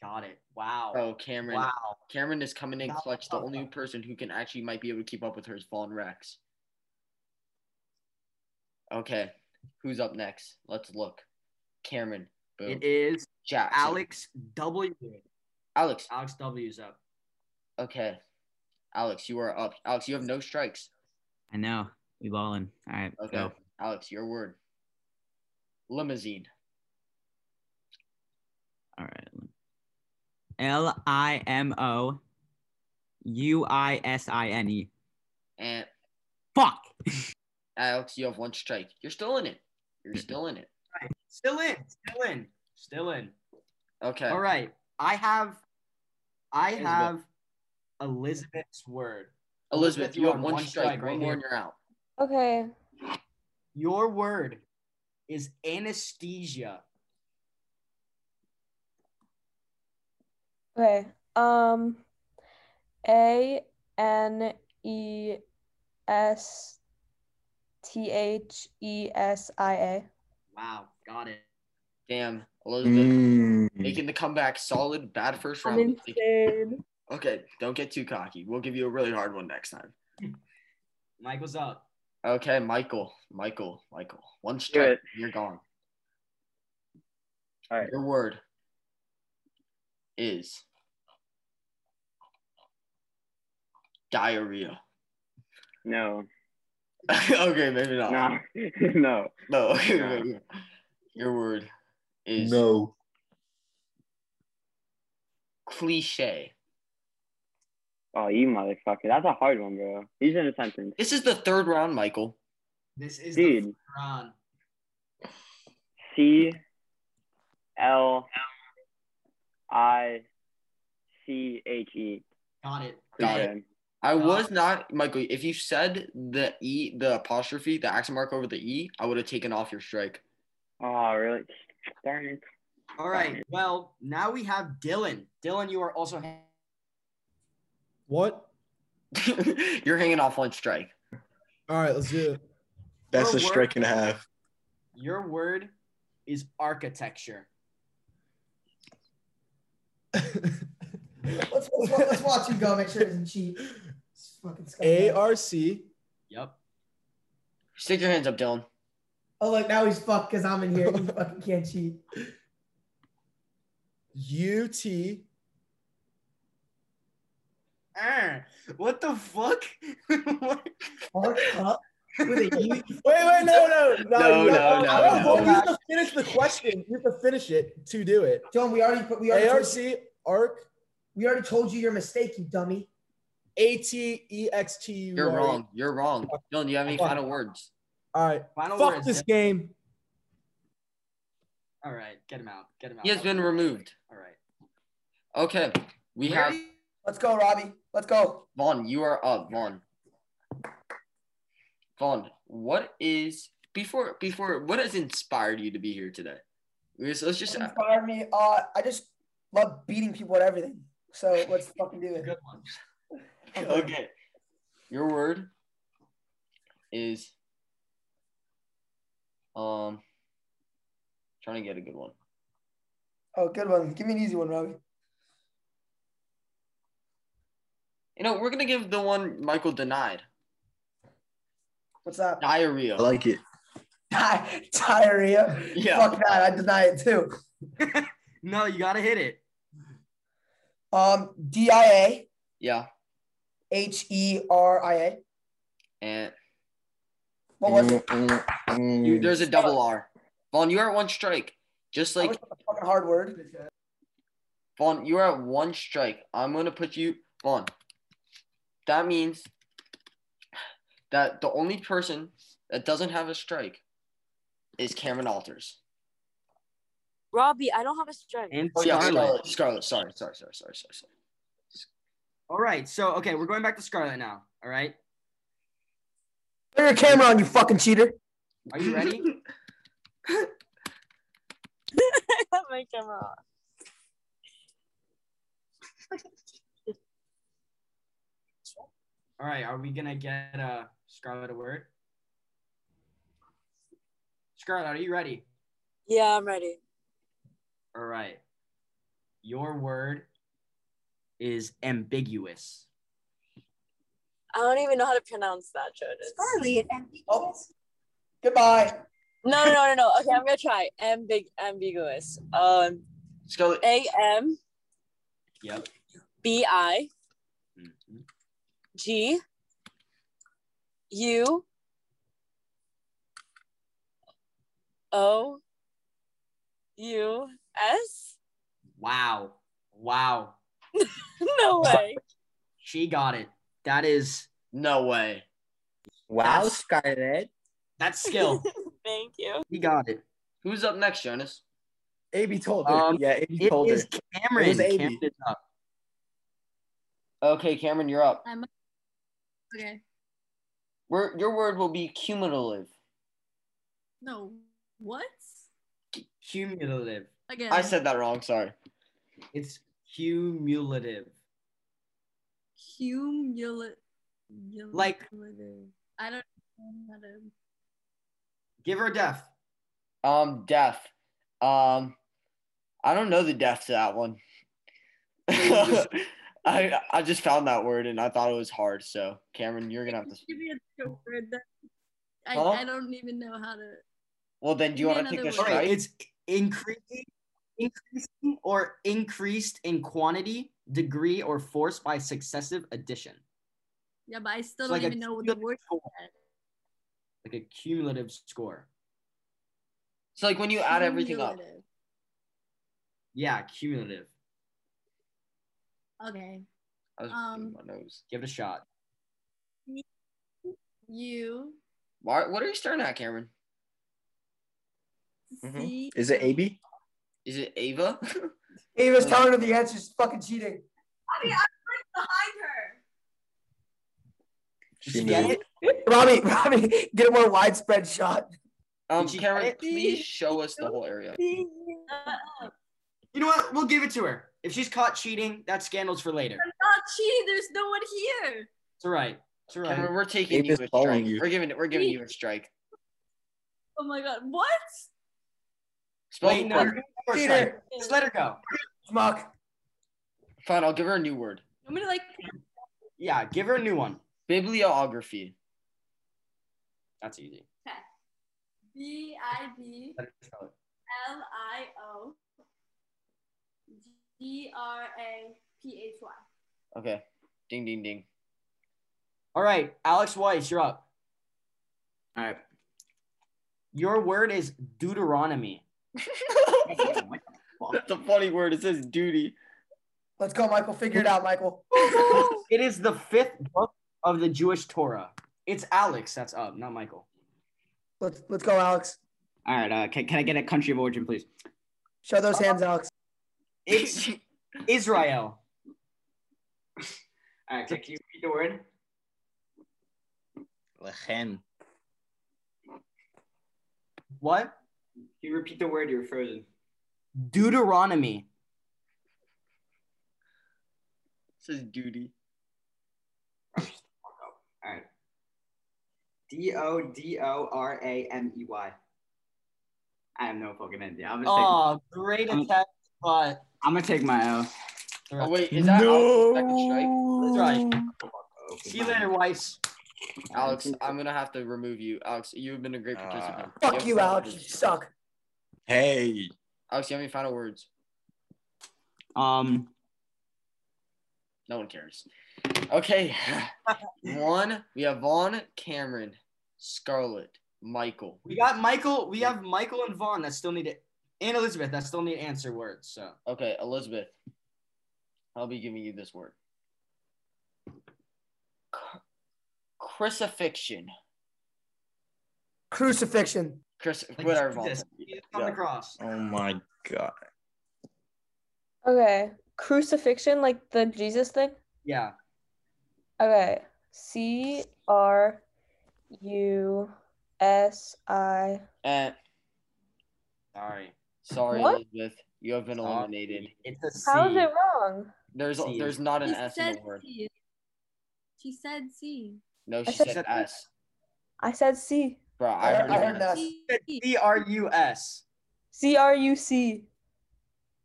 S2: Got it. Wow.
S1: Oh, Cameron.
S2: Wow.
S1: Cameron is coming in clutch. The only person who can actually might be able to keep up with her is Vaughn Rex. Okay, who's up next? Let's look. Cameron.
S7: Oh.
S1: Boom.
S2: It is
S1: Jackson.
S2: Alex W.
S1: Alex.
S2: Alex W is up.
S1: Okay. Alex, you are up. Alex, you have no strikes.
S10: I know. We ballin'. All right,
S1: Okay.
S10: go.
S1: Alex, your word. Limousine.
S10: All right. L I M O U I S I N E.
S1: And
S10: Fuck.
S1: Alex, you have one strike. You're still in it. You're still in it.
S2: Still in. Still in. Still in.
S1: Okay.
S2: All right. I have I
S1: Elizabeth.
S2: have Elizabeth's word.
S1: Elizabeth, you
S2: are
S1: have one, strike.
S2: right
S1: one more
S2: here.
S1: and you're out.
S13: Okay.
S2: Your word is anesthesia.
S13: Okay. Um, A N E S T H E S I A.
S2: Wow, got it.
S1: Damn, Elizabeth
S7: Mm.
S1: making the comeback solid, bad first round.
S13: insane.
S1: Okay, don't get too cocky. We'll give you a really hard one next time.
S2: Michael's up.
S1: Okay, Michael, Michael, Michael. One strike, you're gone.
S3: All right.
S1: Your word is diarrhea.
S3: No.
S1: okay, maybe not.
S3: No. no.
S1: No. okay,
S3: No.
S1: maybe not. Your word is
S7: No.
S1: cliche.
S3: Oh, you motherfucker. That's a hard one, bro. These are the sentence.
S1: This is the third round, Michael.
S2: This is
S3: Dude.
S2: Ron.
S3: C L I C H E.
S2: Got it.
S1: Got it. I was not Michael. If you said the e, the apostrophe, the accent mark over the e, I would have taken off your strike.
S3: Oh, really? Darn it.
S2: All right. Well, now we have Dylan. Dylan, you are also ha-
S17: What?
S1: You're hanging off one strike.
S17: All right, let's do it.
S7: That's a
S2: Your
S7: strike and a
S2: word-
S7: half.
S2: Your word is architecture.
S15: Let's, let's, wa- let's watch you go. Make sure it isn't cheap. It's fucking
S17: A
S15: scumbag.
S17: R C.
S2: Yep.
S1: Stick your hands up, Dylan.
S15: Oh look, now he's fucked because I'm in here. You fucking can't cheat.
S17: U T.
S2: Arr, what the fuck? what?
S15: With a U.
S17: Wait, wait, no, no, no,
S1: No, no, no,
S17: Well,
S1: no.
S17: you have to finish the question. You have to finish it to do it.
S15: Dylan, we already put we already told you-
S17: ARC ARC
S15: We already told you your mistake, you dummy.
S17: A T E X T U.
S1: You're wrong. You're wrong. Dylan, do you have any final words?
S17: All right.
S2: Final
S17: Fuck
S2: words,
S17: this
S2: Dylan.
S17: game.
S2: All right, get him out. Get him out.
S1: He has been removed.
S2: All right.
S1: Okay. We
S2: Where
S1: have
S2: do
S15: Let's go, Robbie. Let's go.
S1: Vaughn. You are up, Vaughn. Vaughn, what is before before what has inspired you to be here today? Let's let's just
S15: Inspired me. Uh, I just love beating people at everything. So let's fucking do it.
S2: Good one.
S1: okay. Your word is um trying to get a good one.
S15: Oh, good one. Give me an easy one, Robbie.
S1: You know, we're gonna give the one Michael denied.
S15: What's that?
S1: Diarrhea.
S7: I like it.
S15: Di- diarrhea.
S1: Yeah.
S15: Fuck that. I deny it too.
S2: No, you gotta hit it.
S15: Um, D I A
S1: Yeah.
S15: H E R I A.
S1: And
S15: What was
S7: Mm.
S15: it?
S1: you, there's a double R. Vaughn, you are at one strike. Just
S15: That
S1: like
S15: was a fucking hard word.
S1: Vaughn, you are at one strike. I'm gonna put you Vaughn. That means that the only person that doesn't have a strike is Cameron Alters.
S11: Robbie, I don't have a strike.
S1: Oh, yeah, Scarlett. Scarlett. Sorry, sorry, sorry, sorry, sorry, sorry.
S2: All right. So okay, we're going back to Scarlet now. All right.
S15: Turn your camera on, you fucking cheater.
S2: Are you ready?
S11: I have my camera off.
S2: All right. Are we gonna get uh, Scarlet a word? Scarlet, are you ready?
S11: Yeah, I'm ready.
S2: All right. Your word is ambiguous.
S11: I don't even know how to pronounce that, Jonas. Scarlet ambiguous.
S15: Oh. Goodbye.
S11: No, no, no, no, no. Okay, I'm gonna try. Ambig ambiguous. Um,
S1: Scarlet.
S11: A M
S2: Yep.
S11: B I G U O U S.
S2: Wow. Wow.
S11: No way.
S2: She got it. That is
S1: no way.
S7: Wow, Scarlett.
S2: That's skill.
S11: Thank you.
S2: he got it.
S1: Who's up next, Jonas?
S7: AB told her.
S2: Um,
S7: yeah, AB
S2: it
S7: told her.
S2: is Cameron.
S7: It was AB.
S2: Cameron is up.
S1: Okay, Cameron, you're up.
S8: I'm okay.
S1: Wor- your word will be cumulative.
S8: No. What?
S2: Cumulative.
S8: Again.
S1: I said that wrong. Sorry.
S2: It's cumulative.
S8: cumulative.
S2: Like-
S8: I don't know how to.
S2: Give her deaf.
S1: Um, deaf. Um, I don't know the deaf to that one. I I just found that word and I thought it was hard. So Cameron, you're gonna have to.
S8: Give me a different word that I,
S1: Huh?
S8: I don't even know how to.
S1: Well, then, do you
S8: Give me
S1: want to take
S8: another
S1: a
S8: word.
S1: strike?
S2: All right, it's increasing, increasing or increased in quantity, degree, or force by successive addition,
S8: Yeah, but I still
S2: It's
S8: don't
S2: like a
S8: even know what the word is.
S2: like a cumulative score.
S1: So like when you add everything up.
S8: Cumulative.
S2: Yeah, cumulative.
S8: Okay.
S1: I was
S8: Um,
S1: my nose.
S2: Give it a shot.
S8: U
S1: Why, what are you staring at, Cameron?
S8: C
S7: Is it AB?
S1: Is it Ava?
S15: He was telling her the answer. She's fucking cheating.
S8: behind her.
S7: She
S15: Yeah.
S7: moved.
S15: Robbie, Robbie, get a more widespread shot.
S1: um,
S2: Did you
S1: Cameron,
S2: get it?
S1: please show us the whole area.
S8: Uh-uh.
S2: You know what? We'll give it to her. If she's caught cheating, that scandal's for later.
S8: I'm not cheating. There's no one here.
S2: It's all right. It's all right.
S1: Cameron, we're taking you
S7: Ava's
S1: a strike.
S7: following you.
S1: We're giving we're giving you a strike.
S8: Oh my god. What?
S1: Spell
S2: Wait,
S1: the
S2: no.
S1: word.
S2: no, no, no,
S15: Cheater.
S2: Just let her go.
S15: Schmuck.
S1: Fine, I'll give her a new word.
S8: I'm gonna like.
S2: Yeah, give her a new one.
S1: Bibliography.
S2: That's easy.
S8: B I B
S2: Let her spell it.
S8: L I O G R A P H Y.
S1: Okay. Ding ding ding.
S2: All right, Alex Weiss, you're up.
S10: All right.
S2: Your word is Deuteronomy.
S1: That's a funny word. It says duty.
S15: Let's go, Michael. Figure it out, Michael.
S2: It is the fifth book of the Jewish Torah. It's Alex that's up, not Michael.
S15: Let's let's go, Alex.
S10: All right. Uh, can, can I get a country of origin, please?
S15: Show those hands, Alex.
S2: It's Israel.
S10: All right. Can, can you read the word?
S7: Lechem.
S2: What?
S10: Can you repeat the word? You're frozen.
S2: Deuteronomy.
S1: It says duty.
S10: All right. D O D O R A M E Y. I have no fucking idea. I'm gonna take.
S2: Oh, great
S10: Um,
S2: attempt, but
S10: I'm gonna take my O.
S1: Oh wait, is that Alex's second strike?
S2: that's right. See you later, Weiss.
S1: Alex, I'm gonna have to remove you. Alex, you've been a great
S7: Ah.
S1: participant.
S15: Fuck
S1: have
S15: you,
S1: final
S15: Alex. You
S1: words.
S15: suck.
S7: Hey.
S1: Alex, you have any final words?
S10: Um.
S1: No one cares. Okay. One, we have Vaughn, Cameron, Scarlett, Michael.
S2: We got Michael. We have Michael and Vaughn that still need it, and Elizabeth that still need answer words. So
S1: Okay, Elizabeth. I'll be giving you this word. Crucifixion.
S15: Crucifixion.
S1: Chris, whatever.
S2: Jesus,
S1: Jesus
S2: on the cross.
S7: Oh my god.
S13: Okay. Crucifixion, like the Jesus thing?
S2: Yeah.
S13: Okay. C R U S I.
S1: Eh. Sorry. Sorry,
S13: What?
S1: Elizabeth. You have been eliminated.
S2: It's a
S13: How is it wrong?
S1: There's
S2: C.
S1: there's not an
S8: She
S1: S in
S8: said
S1: the word.
S8: C. She said C.
S1: No,
S13: I
S1: she
S13: said-
S1: said S.
S13: I said C.
S1: Bro, I heard,
S15: I
S1: an
S15: heard
S1: S.
S15: that.
S2: C R U S.
S13: C R U C.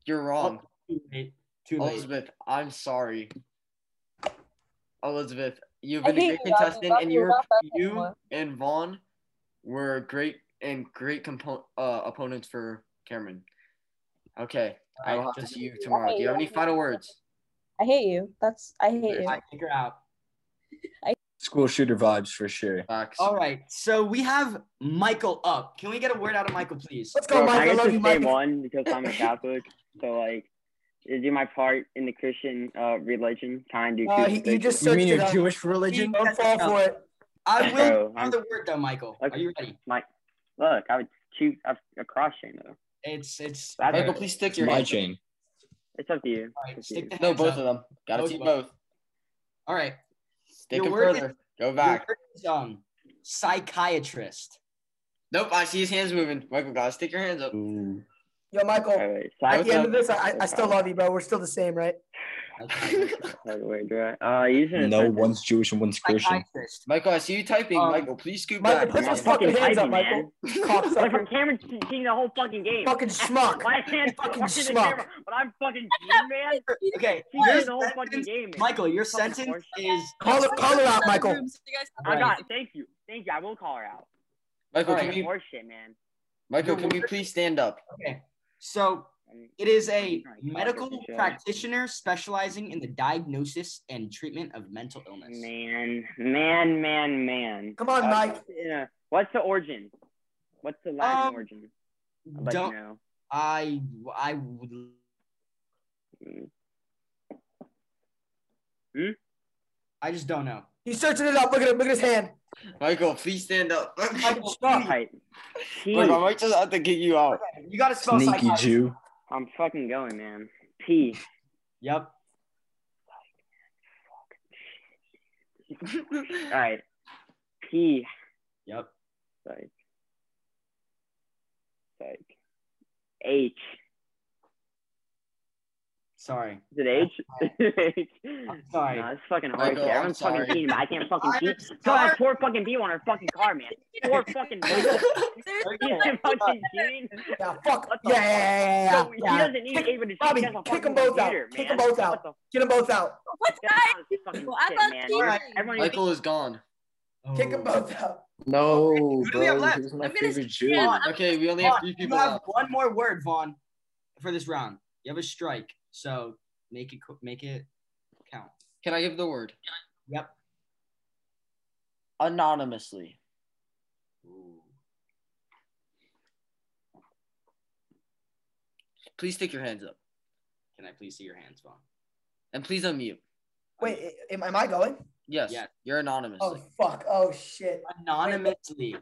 S1: You're wrong.
S2: Too late. Too late.
S1: Elizabeth, I'm sorry. Elizabeth, you've
S13: I
S1: been a
S13: hate
S1: great
S13: you, Robbie.
S1: contestant,
S13: Robbie,
S1: and you
S13: you're
S1: were
S13: not bad
S1: you
S13: anymore.
S1: and Vaughn were great and great compo- uh, opponents for Cameron. Okay, I will have to see you tomorrow. Do you have any final words?
S13: I hate you. That's I hate you.
S2: I figure out.
S7: School shooter vibes for sure.
S1: Facts.
S2: All right. So we have Michael up. Can we get a word out of Michael, please?
S15: Let's go,
S3: Bro,
S15: Mike.
S3: I
S15: I
S3: get
S15: love
S3: to
S15: you,
S3: say
S15: Mike.
S3: one because I'm a Catholic, so like, I do my part in the Christian uh, religion. Kind of.
S15: Uh, he, he just
S7: You
S15: searched
S7: mean
S15: it
S7: your
S15: up.
S7: Jewish religion?
S15: Don't fall for it.
S2: I will
S3: Bro, I'm-
S2: another word though, Michael. Are you ready?
S3: Like, look, I would choose a, a cross chain though.
S2: It's it's
S3: That's
S1: Michael, please stick your
S7: My
S1: hands.
S7: chain.
S3: It's up to you.
S2: all right.
S3: It's up to
S2: Stick the
S3: you.
S1: No,
S2: hands
S1: both
S2: up.
S1: of them. Gotta
S2: Both
S1: see
S2: of them.
S1: both.
S2: All right.
S1: Stick
S2: Your
S1: them
S2: word is-
S1: further. Go
S2: Your
S1: back.
S2: word is, um, psychiatrist.
S1: Nope, I see his hands moving. Michael, gotta stick your hands up.
S7: Mm.
S15: Yo, Michael.
S3: All right.
S15: Oh, At
S3: Side
S15: the end
S3: note-
S15: of this, I, I- I still
S3: Okay.
S15: love you, bro. We're still the same, right?
S3: By the way, do I? Uh, using
S7: No one's Jewish and one's Christian.
S2: Psychiatrist.
S1: Michael, I see you typing.
S2: Um,
S1: Michael, please scoot
S15: Michael,
S1: back.
S15: put your
S3: That's
S15: fucking
S3: fucking
S15: hands up,
S3: Ivy,
S15: Michael. Cocksucker.
S3: But from Cameron's seeing the whole fucking game.
S15: Fucking schmuck.
S3: My hands
S15: Fucking
S3: watching the
S15: schmuck.
S3: camera, but I'm fucking G man.
S2: Okay.
S3: He did
S2: your
S3: the whole fucking
S2: sentence-
S3: game. man.
S2: Michael, your
S3: Fucking
S2: sentence
S3: horseshit.
S2: is
S15: Call her, call her out,
S11: Another
S15: Michael.
S11: room, so you guys have
S3: I
S2: Right.
S3: got. Thank you. Thank you. I will call her out.
S1: Michael,
S2: Alright.
S1: can
S3: Fucking
S1: you,
S3: horseshit, man.
S1: Michael,
S2: Your
S1: can you
S2: word-
S1: please stand up?
S2: okay. So
S3: I mean,
S2: It is a
S3: Right,
S2: medical
S3: doctor,
S2: practitioner specializing in the diagnosis and treatment of mental illness.
S3: Man, man, man, man.
S15: Come on, Mike.
S3: Yeah. What's the origin? What's the Latin
S2: Um,
S3: origin? I'd like to
S2: Don't
S3: know.
S2: I? I would.
S3: Mm.
S2: Hmm? I just don't know.
S15: He's searching it up. Look at him. Look at his hand.
S1: Michael, please stand up.
S15: Fucking schmuck.
S3: Right. P.
S1: Look, I might just have to kick you out.
S2: You gotta spell
S7: Sneaky
S2: psychiatrist.
S7: Jew.
S3: I'm fucking going, man. P.
S2: Yep.
S3: All right. P.
S2: Yep.
S3: Like. Like. H.
S2: Sorry.
S3: Is it H?
S2: I'm sorry.
S3: Nah, it's fucking hard.
S1: Michael, I'm
S3: Everyone's fucking
S1: sorry.
S3: cheating, but I can't fucking
S2: I'm
S3: cheat.
S2: sorry.
S3: So I pour fucking beer on her fucking car, man. Pour fucking beer.
S11: There's
S3: You
S11: no way.
S3: can't fucking cheating.
S15: Yeah, fuck.
S3: What the
S15: Yeah, yeah, yeah, yeah,
S3: So
S15: yeah,
S3: he
S15: yeah.
S3: doesn't need
S15: Kick-
S3: Ava to cheat.
S15: Bobby,
S3: He has a
S15: kick
S3: fucking
S15: 'em both out.
S3: computer,
S15: Kick
S3: man.
S15: 'em both
S3: What the
S15: Get them both out.
S11: What's
S3: fuck?
S11: that?
S3: That's fucking
S11: Well, I'm
S3: shit,
S11: not
S3: man.
S11: cheating.
S3: You're- Everyone
S1: Michael is gone.
S2: Oh.
S15: Kick them both out.
S7: No,
S2: Who do we have
S7: Oh, bro.
S2: left?
S7: He was my
S11: I'm gonna
S7: favorite Jew.
S11: Yeah.
S1: Okay, we only
S2: Vaughn,
S1: have three
S2: you
S1: people
S2: have
S1: left.
S2: one more word, Vaughn, for this round. You have a strike, so make it co- make it count.
S1: Can I give the word?
S2: Yep.
S1: Anonymously. Please stick your hands up.
S2: Can I please see your hands, Vaughn?
S1: And please unmute.
S15: Wait, am, am I going?
S1: Yes,
S2: Yeah.
S1: you're anonymous.
S15: Oh, fuck. Oh, shit.
S2: Anonymously.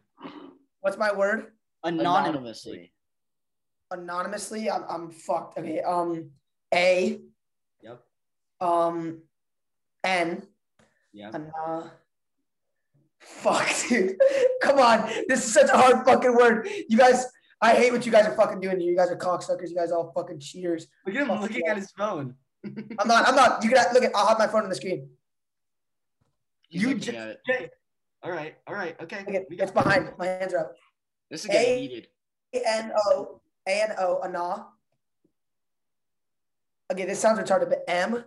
S15: What's my word?
S2: Anonymously.
S1: anonymously.
S15: Anonymously? I'm, I'm fucked. Okay. Um, A.
S2: Yep.
S15: Um, N.
S2: Yep.
S15: And, uh, fuck, dude. Come on. This is such a hard fucking word. You guys, I hate what you guys are fucking doing. You guys are cocksuckers. You guys are all fucking cheaters.
S2: Look at him looking at his phone.
S15: I'm not, I'm not. You can look at, I'll have my phone on the screen.
S1: He's
S2: You
S1: looking
S2: just-
S1: at it.
S2: Okay. All right. All right. Okay.
S15: Look at-
S2: We
S15: It's
S2: got
S15: behind. My hands are up.
S1: This is getting
S15: Hey.
S1: heated.
S15: A N O A N O Ana. Okay, this sounds retarded, but M.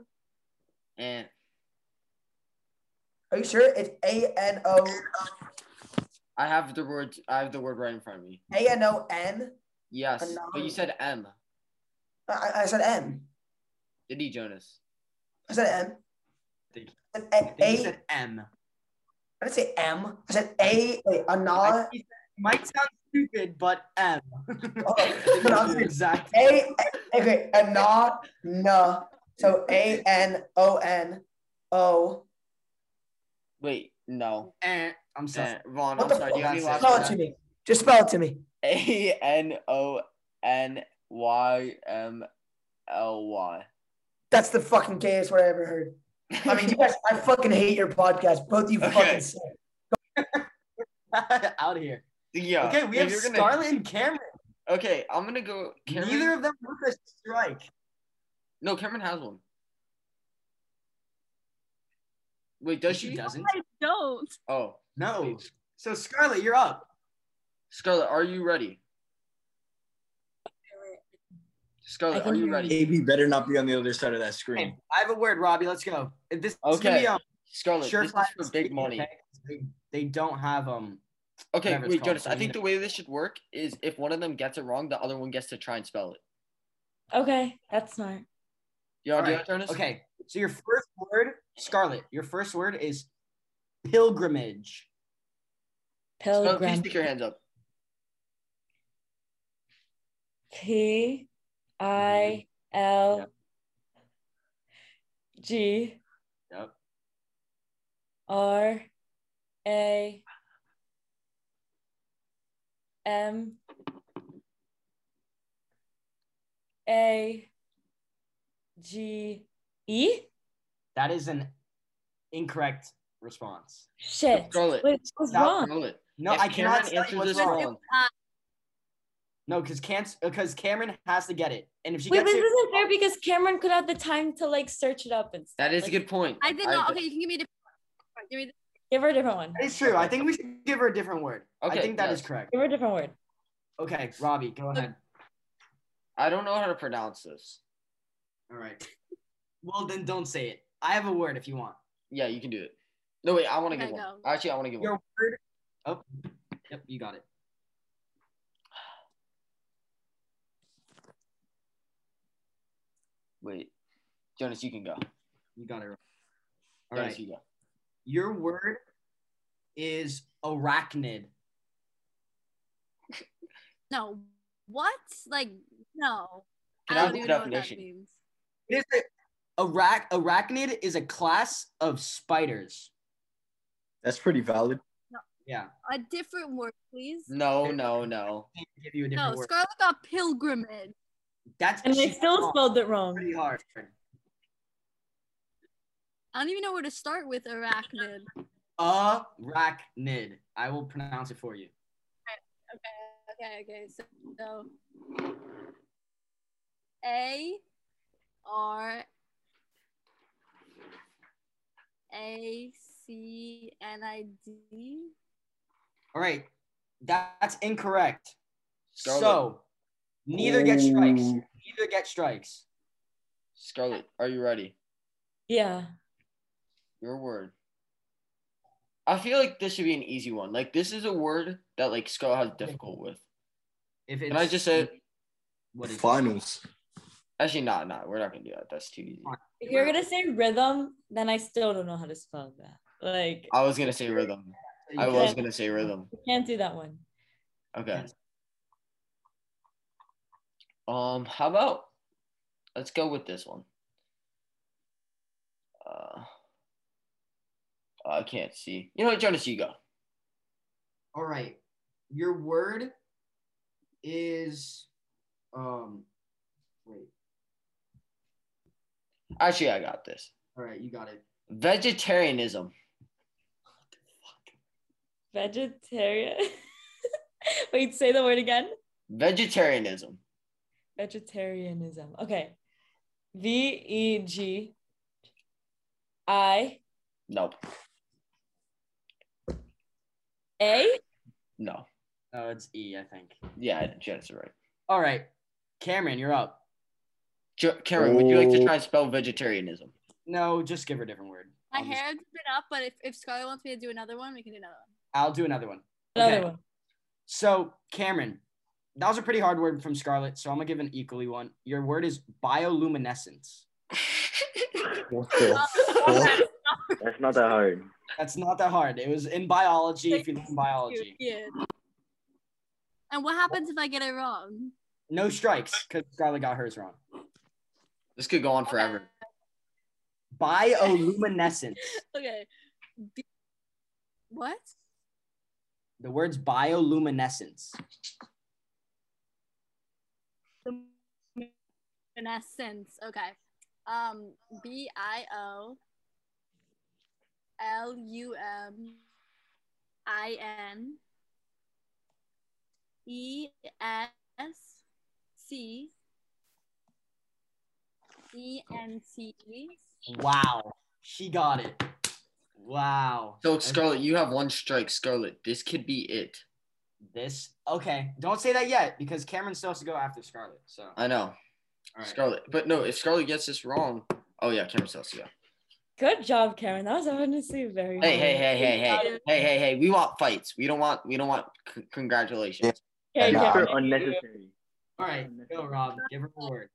S1: And
S15: Are you sure it's A N O
S1: I have the word. I have the word right in front of me.
S15: A N O N?
S1: Yes, but you
S15: Anonymous.
S1: said M.
S15: I I said M.
S1: Did he, Jonas?
S15: I said M.
S2: Thank you.
S15: I said
S2: I
S15: A-
S2: think he
S15: A-
S2: said M.
S15: I didn't say M. I said A. Wait,
S2: I
S15: Ana.
S2: think he said- Might sound stupid, but M.
S15: Oh, but I'm saying-
S2: exactly.
S15: A. Okay, Ana. Na. So A N O N O.
S1: Wait, No.
S2: Eh, I'm
S1: sorry. Vaughn,
S15: What
S1: I'm
S15: the
S1: sorry.
S15: fuck?
S1: Do you have any last
S15: Spell it to me. Just spell it to me.
S1: A N O N Y M L Y.
S15: That's the fucking gayest word I ever heard. I mean, you guys, I fucking hate your podcast. Both of you fucking suck.
S2: Out here.
S1: Yeah.
S2: Okay, we
S1: Eh. Uh, if
S2: have
S1: you're gonna-
S2: Scarlett and Cameron.
S1: Okay, I'm gonna go. Cameron...
S2: Neither of them with a strike.
S1: No, Cameron has one. Wait, does she?
S2: doesn't.
S11: I don't.
S1: Oh
S2: no. So Scarlett, you're up.
S1: Scarlett, are you ready? Scarlett, are you ready?
S7: AB better not be on the other side of that screen.
S2: I have a word, Robbie. Let's go. If This this is gonna
S7: Okay.
S2: be, um,
S1: Scarlett, this is
S2: surefire
S1: for big
S2: speed,
S1: money.
S2: okay? They, they don't have um.
S1: Okay,
S2: whatever it's
S1: wait,
S2: called,
S1: Jonas.
S2: so
S1: I
S2: we
S1: think
S2: need-
S1: the way this should work is if one of them gets it wrong, the other one gets to try and spell it.
S11: Okay, that's smart.
S1: You already
S2: All
S1: got Jonas?
S2: Okay. So your first word, Scarlett. Your first word is pilgrimage.
S1: Scarlett, please stick your hands up.
S11: P I L G
S2: Yep.
S11: R A M A G E.
S2: That is an incorrect response.
S11: Shit.
S2: Scarlett,
S11: Wait, what's
S2: stop
S11: wrong?
S1: Scarlett.
S2: No,
S11: If
S2: I cannot
S11: Cameron
S2: tell
S11: answers
S2: you what's
S11: this
S2: wrong.
S11: wrong-
S2: No, because because Cameron has to get it, and if she
S11: Wait, but
S2: gets
S11: this
S2: it,
S11: isn't fair because Cameron could have the time to like search it up and stuff.
S1: That is
S11: like,
S1: a good point.
S11: I did
S1: not-
S11: not.
S1: okay,
S11: Okay, you can give me the. Give me. give her a different one.
S2: it's true. I think we should give her a different word.
S1: Okay,
S2: I think that is
S1: yes.
S2: correct.
S11: Give her a different word.
S2: Okay, Robbie, go ahead.
S1: I don't know how to pronounce this.
S2: All right. Well, then don't say it. I have a word if you want.
S1: Yeah, you can do it. No, wait, I want to
S2: Okay,
S1: give one.
S2: go.
S1: Actually, I want to give
S2: Your
S1: one.
S2: word. Oh, yep, you got it.
S1: Wait, Jonas, you can go.
S2: You got it. Right. All
S1: Jonas,
S2: right.
S1: you go.
S2: Your word is arachnid.
S8: No. What? Like, no.
S2: Can I
S8: I
S2: have
S8: don't
S2: the
S8: even know what that
S2: definition?
S8: means.
S2: It is a, arach, arachnid is a class of spiders.
S7: That's pretty valid.
S2: Yeah.
S8: A different word, please.
S1: No, no, no.
S2: Give you a
S8: No, Scarlet got pilgrimage.
S2: That's
S11: And I
S8: she-
S11: still spelled it wrong.
S2: Pretty hard.
S8: I don't even know where to start with arachnid.
S2: Arachnid. I will pronounce it for you.
S8: Okay, okay, so, so A R A C N I D.
S2: All right. That's incorrect.
S1: Scarlet.
S2: So neither get strikes.
S7: Oh,
S1: Ooh.
S2: Neither get strikes.
S1: Scarlett, are you ready?
S11: Yeah.
S1: Your word. I feel like this should be an easy one. Like this is a word that like Scarlett has difficult with.
S2: If
S1: Can I just say?
S2: What
S7: is Finals.
S1: Actually, not, not. We're not gonna do that. That's too easy.
S11: If you're gonna say rhythm, then I still don't know how to spell that. Like
S1: I was gonna say rhythm. I was gonna say rhythm.
S11: you can't do that one.
S1: Okay. Um, how about let's go with this one. Uh, I can't see. You know what, Jonas, you go.
S2: All right. Your word is um wait.
S1: Actually, I got this.
S2: All right, you got it.
S1: Vegetarianism.
S11: Vegetarian. Wait, say the word again.
S1: Vegetarianism.
S11: Vegetarianism. Okay. V E G I
S1: Nope.
S11: A.
S1: No.
S2: Oh, it's E, I think.
S1: Yeah, Jonas is right.
S2: All right. Cameron, you're up.
S1: Jo- Cameron, would you like to try and spell vegetarianism?
S2: No, just give her a different word.
S8: My
S2: I'll just-
S8: hair's been up, but if, if Scarlet wants me to do another one, we can do another one.
S2: I'll do another one.
S11: Another
S2: one. So, Cameron, that was a pretty hard word from Scarlett, so I'm gonna give an equally one. Your word is bioluminescence.
S7: What the fuck? That's not that hard.
S2: That's not that hard. It was in biology. If you look in biology,
S8: Yeah. And what happens if I get it wrong?
S2: no strikes because Scarlett got hers wrong.
S1: This could go on forever.
S2: Bioluminescence.
S8: Okay. B What?
S2: The word's bioluminescence.
S8: Luminescence. Okay. Um, B I O L U M I N E S C E N T E.
S2: Wow. She got it. Wow.
S1: So Scarlett, you have one strike. Scarlett, this could be it.
S2: This okay. Don't say that yet because Cameron still has to go after Scarlett. So
S1: I know.
S2: right.
S1: Scarlett, but no, if Scarlett gets this wrong, oh yeah, Cameron Celsius.
S11: Good job, Karen. That was honestly very.
S1: Hey, hey,
S11: hard.
S1: hey, hey, hey, hey, hey, hey. We want fights. We don't want. We don't want. c- congratulations.
S11: Yeah,
S2: Yeah.
S3: They're unnecessary.
S2: all right, go Rob. Give her a word.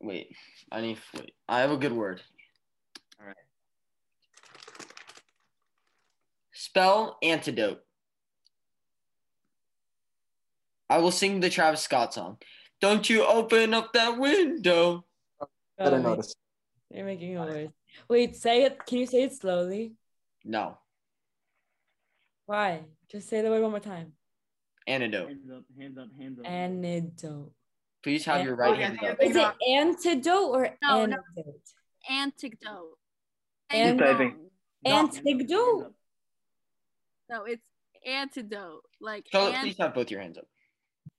S1: Wait, I need. Wait, I have a good word.
S2: All right.
S1: Spell antidote. I will sing the Travis Scott song. Don't you open up that window?
S11: Better notice. You're making a worse. Wait, say it. Can you say it slowly?
S1: No,
S11: Why? Just say the word one more time.
S1: antidote.
S3: Hands up, hands up.
S11: Antidote.
S1: Please have your right hand up.
S11: Is it antidote or
S8: No, no.
S11: antidote?
S8: Antidote.
S11: And-
S1: typing.
S11: Antidote.
S8: No, it's antidote. Like
S1: Charlotte,
S8: an-
S1: please have both your hands up.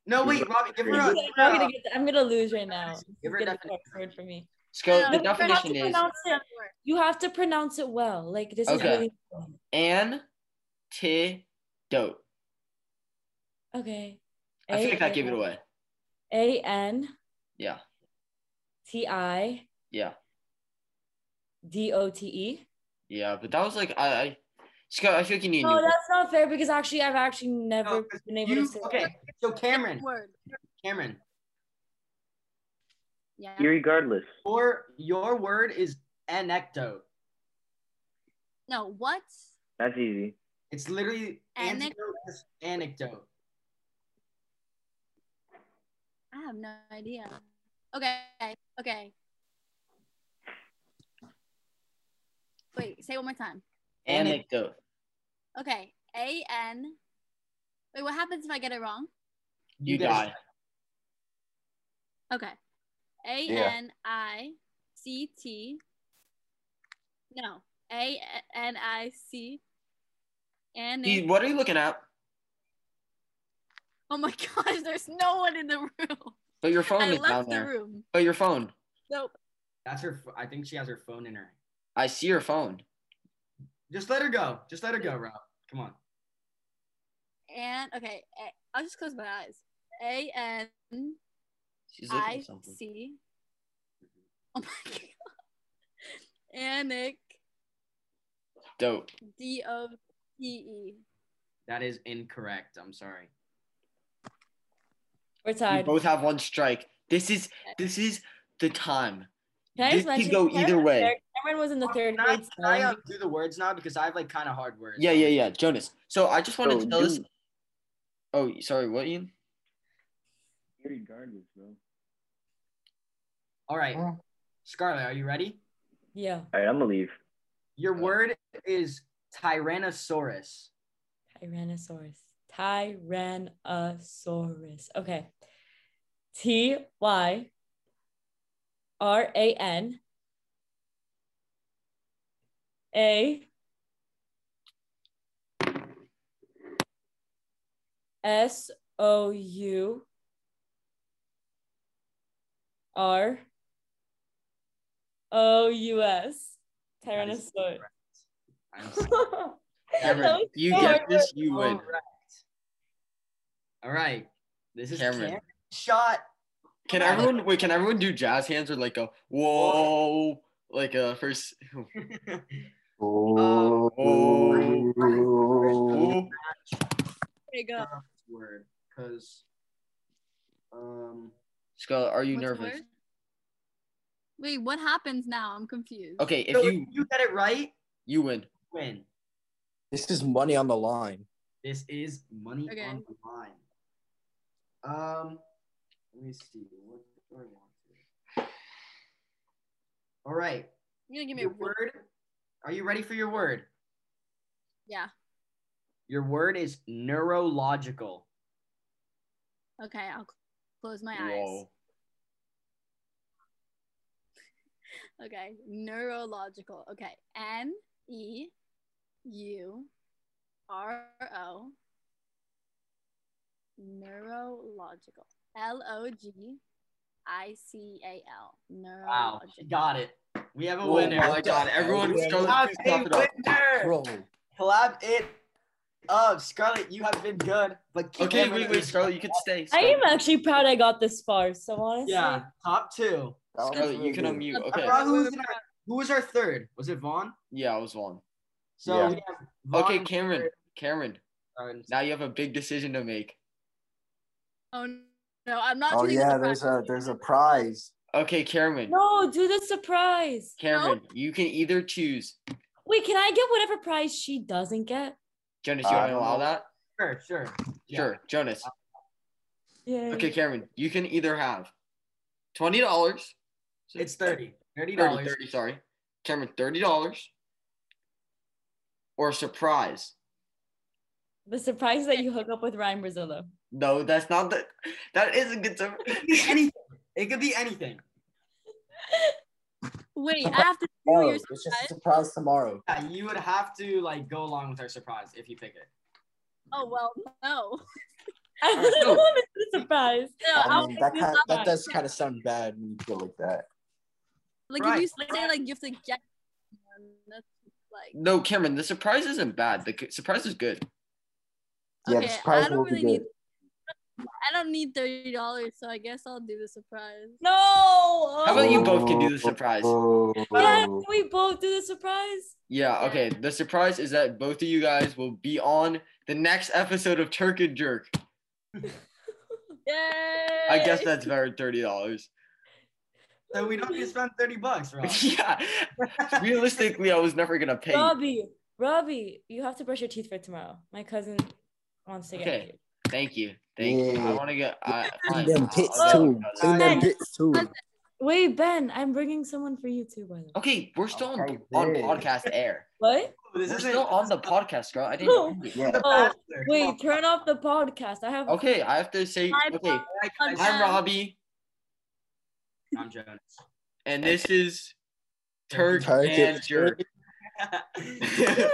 S2: No, wait, Robbie, give her a.
S11: I'm gonna, get, I'm gonna lose right now. It's
S2: Give her a
S11: gonna be awkward for me.
S1: Scarlett, the
S11: No, but you have to
S1: definition is
S11: pronounce it- You have to pronounce it well. Like this
S1: Okay.
S11: is really
S1: antidote.
S11: okay.
S1: I feel like that gave it away.
S11: A N
S1: Yeah,
S11: T I
S1: yeah,
S11: D O T E.
S1: yeah. But that was like I, I Scott, I feel like you need. a
S11: Oh,
S1: new word.
S11: that's not fair because actually I've actually never been able to say
S2: Okay, so Cameron,
S8: word.
S2: Cameron,
S8: Yeah.
S3: Irregardless.
S2: your your word is anecdote.
S8: No, what?
S3: That's easy.
S2: It's literally
S8: Anec-
S2: antidote is anecdote.
S8: I have no idea. Okay, okay. Wait, say it one more time.
S1: Anecdote.
S8: Okay, A N. Wait, what happens if I get it wrong?
S1: You,
S2: get a
S1: die.
S8: Okay. A
S1: Yeah.
S8: N I C T. No. A N I C. And
S1: Dude, what are you looking at?
S8: oh my gosh, there's no one in the room.
S1: But your phone
S8: I
S1: is down
S8: left the
S1: there.
S8: room.
S1: But your phone.
S8: Nope.
S2: That's her. ph- I think she has her phone in her.
S1: I see your phone.
S2: Just let her go. Just let her go, Rob. Come on.
S8: And okay, i I'll just close my eyes. A N
S1: She's looking
S8: I
S1: at something.
S8: C. Oh my god. Anik
S1: Dope.
S8: D O T E.
S2: That is incorrect. I'm sorry.
S11: We're
S1: You
S11: tied.
S1: both have one strike. This is this is the time.
S11: Can I
S1: This
S11: just
S1: could
S11: mention
S1: go
S11: Cameron
S1: either
S11: was
S1: way.
S11: there- Cameron was in the third
S2: Can I,
S11: grade.
S2: can I
S11: spelling
S2: um, do the words now because I have like kind of hard words.
S1: Yeah, yeah, yeah. Jonas. So I just wanted
S3: So
S1: to tell this.
S3: you-
S1: Oh, sorry. What Ian?
S3: Irregardless, bro.
S2: All right, Scarlett, are you ready?
S11: Yeah.
S3: All right, I'm gonna leave.
S2: Your word is Tyrannosaurus.
S11: Tyrannosaurus. Tyrannosaurus. Okay. T Y R A N A S O U R O U S. Tyrannosaurus.
S2: I'm
S1: Cameron, if you get this, you win.
S2: Correct. All right. This is
S1: Cameron.
S2: Cameron. Shot.
S1: Can everyone wait? Can everyone do jazz hands or like a whoa, like a first?
S7: Um,
S2: Oh.
S1: Oh,
S2: oh.
S8: There you go.
S2: Word, because um,
S1: Scarlett, are you
S8: What's the
S1: nervous?
S8: word? Wait, what happens now? I'm confused.
S1: Okay, if
S2: so
S1: you
S2: you get it right,
S1: you win.
S2: win.
S7: This is money on the line.
S2: This is money
S8: Okay.
S2: on the line. Um, let me see. What do I want to do? All right.
S8: You gonna give me
S2: Your
S8: a word?
S2: word? Are you ready for your word?
S8: Yeah.
S2: Your word is neurological.
S8: Okay, I'll cl- close my eyes. Okay, neurological. Okay, N E U R O neurological. L O G I C A L.
S2: Wow,
S8: Neurological.
S2: got it. We have a
S1: Oh
S2: winner.
S1: my God, everyone go-
S2: have
S1: clap
S2: a
S1: it up.
S2: winner. Clap it up, Scarlett. You have been good, but keep
S1: Okay,
S2: it
S1: wait,
S2: moving.
S1: wait, Scarlett, you could stay.
S11: I am actually proud I got this far. So honestly,
S2: Yeah, top two.
S1: Scarlett, you can unmute. Okay.
S2: Bro, who was in our- who was our third? Was it Vaughn?
S1: Yeah, I was one.
S2: So
S1: Yeah.
S2: we have Vaughn
S1: Okay,
S2: and
S1: Cameron. Cameron. Now you have a big decision to make.
S8: Oh no, I'm not
S18: Oh
S8: doing
S18: yeah,
S8: the
S18: there's a there's a prize.
S1: Okay, Cameron.
S11: No, do the surprise.
S1: Cameron, you can either choose.
S11: Wait, can I get whatever prize she doesn't get?
S1: Jonas, you
S18: Uh,
S1: want to allow that?
S2: Sure, sure.
S1: Sure, Jonas.
S11: Yeah.
S1: Okay, Cameron, you can either have twenty dollars.
S2: It's thirty. Thirty
S1: dollars.
S2: dollars.
S1: Thirty. Sorry, Cameron. Thirty dollars. Or a surprise.
S11: The surprise that you hook up with Ryan Brazillo.
S1: No, that's not the. That is a good surprise.
S2: anything. It could be anything.
S8: Wait, I have to do
S7: Oh,
S8: your
S7: it's just a surprise tomorrow.
S2: Yeah, you would have to like go along with our surprise if you pick it.
S8: Oh well, no.
S11: I
S2: don't
S11: want a surprise.
S8: No,
S7: I
S8: I'll
S7: mean,
S8: pick
S7: that
S8: this
S7: kind
S8: up.
S7: that does kind of sound bad when you feel like that.
S8: Like if you say like you have to get, someone, that's like
S1: No, Cameron, the surprise isn't bad. The c- surprise is good.
S7: Yeah,
S8: Okay,
S7: the surprise
S8: I don't
S7: will be
S8: really need-
S7: good.
S8: I don't need thirty dollars, so I guess I'll do the surprise.
S11: No.
S1: How about you both can do the surprise?
S11: Yeah, can we both do the surprise?
S1: Yeah, okay. The surprise is that both of you guys will be on the next episode of Turk and Jerk.
S11: Yay!
S1: I guess that's very thirty dollars.
S2: So we don't need to spend thirty bucks, Rob.
S1: yeah. Realistically, I was never gonna pay. you.
S11: Robbie, Robbie, you have to brush your teeth for tomorrow. My cousin wants to get
S1: Okay. Thank you. Thank you. I
S7: Yeah.
S1: want to get. I,
S7: Clean
S1: fine.
S7: them
S1: I'll-
S7: pits
S1: I'll
S7: too.
S1: go with
S7: Clean them
S1: that.
S7: pits too.
S11: Wait, Ben, I'm bringing someone for you too, by the way.
S1: Okay, we're still on, on
S11: good.
S1: podcast air.
S11: What?
S1: We're still on the podcast, girl. I didn't.
S11: No.
S1: know you.
S11: Oh, wait, turn off the podcast. I have
S1: Okay, I have to say.
S11: Hi,
S1: Okay,
S11: Bob.
S1: I'm Robbie,
S2: I'm Jonas.
S1: and this is Turk,
S7: Turk
S1: and
S7: and
S1: Jerk.
S2: All
S1: And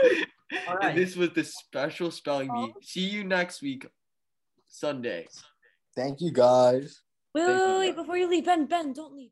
S2: right.
S1: this was the special spelling bee. See you next week, Sunday.
S7: Thank you guys.
S11: Wait, wait, wait, wait, before you leave, Ben, Ben, don't leave.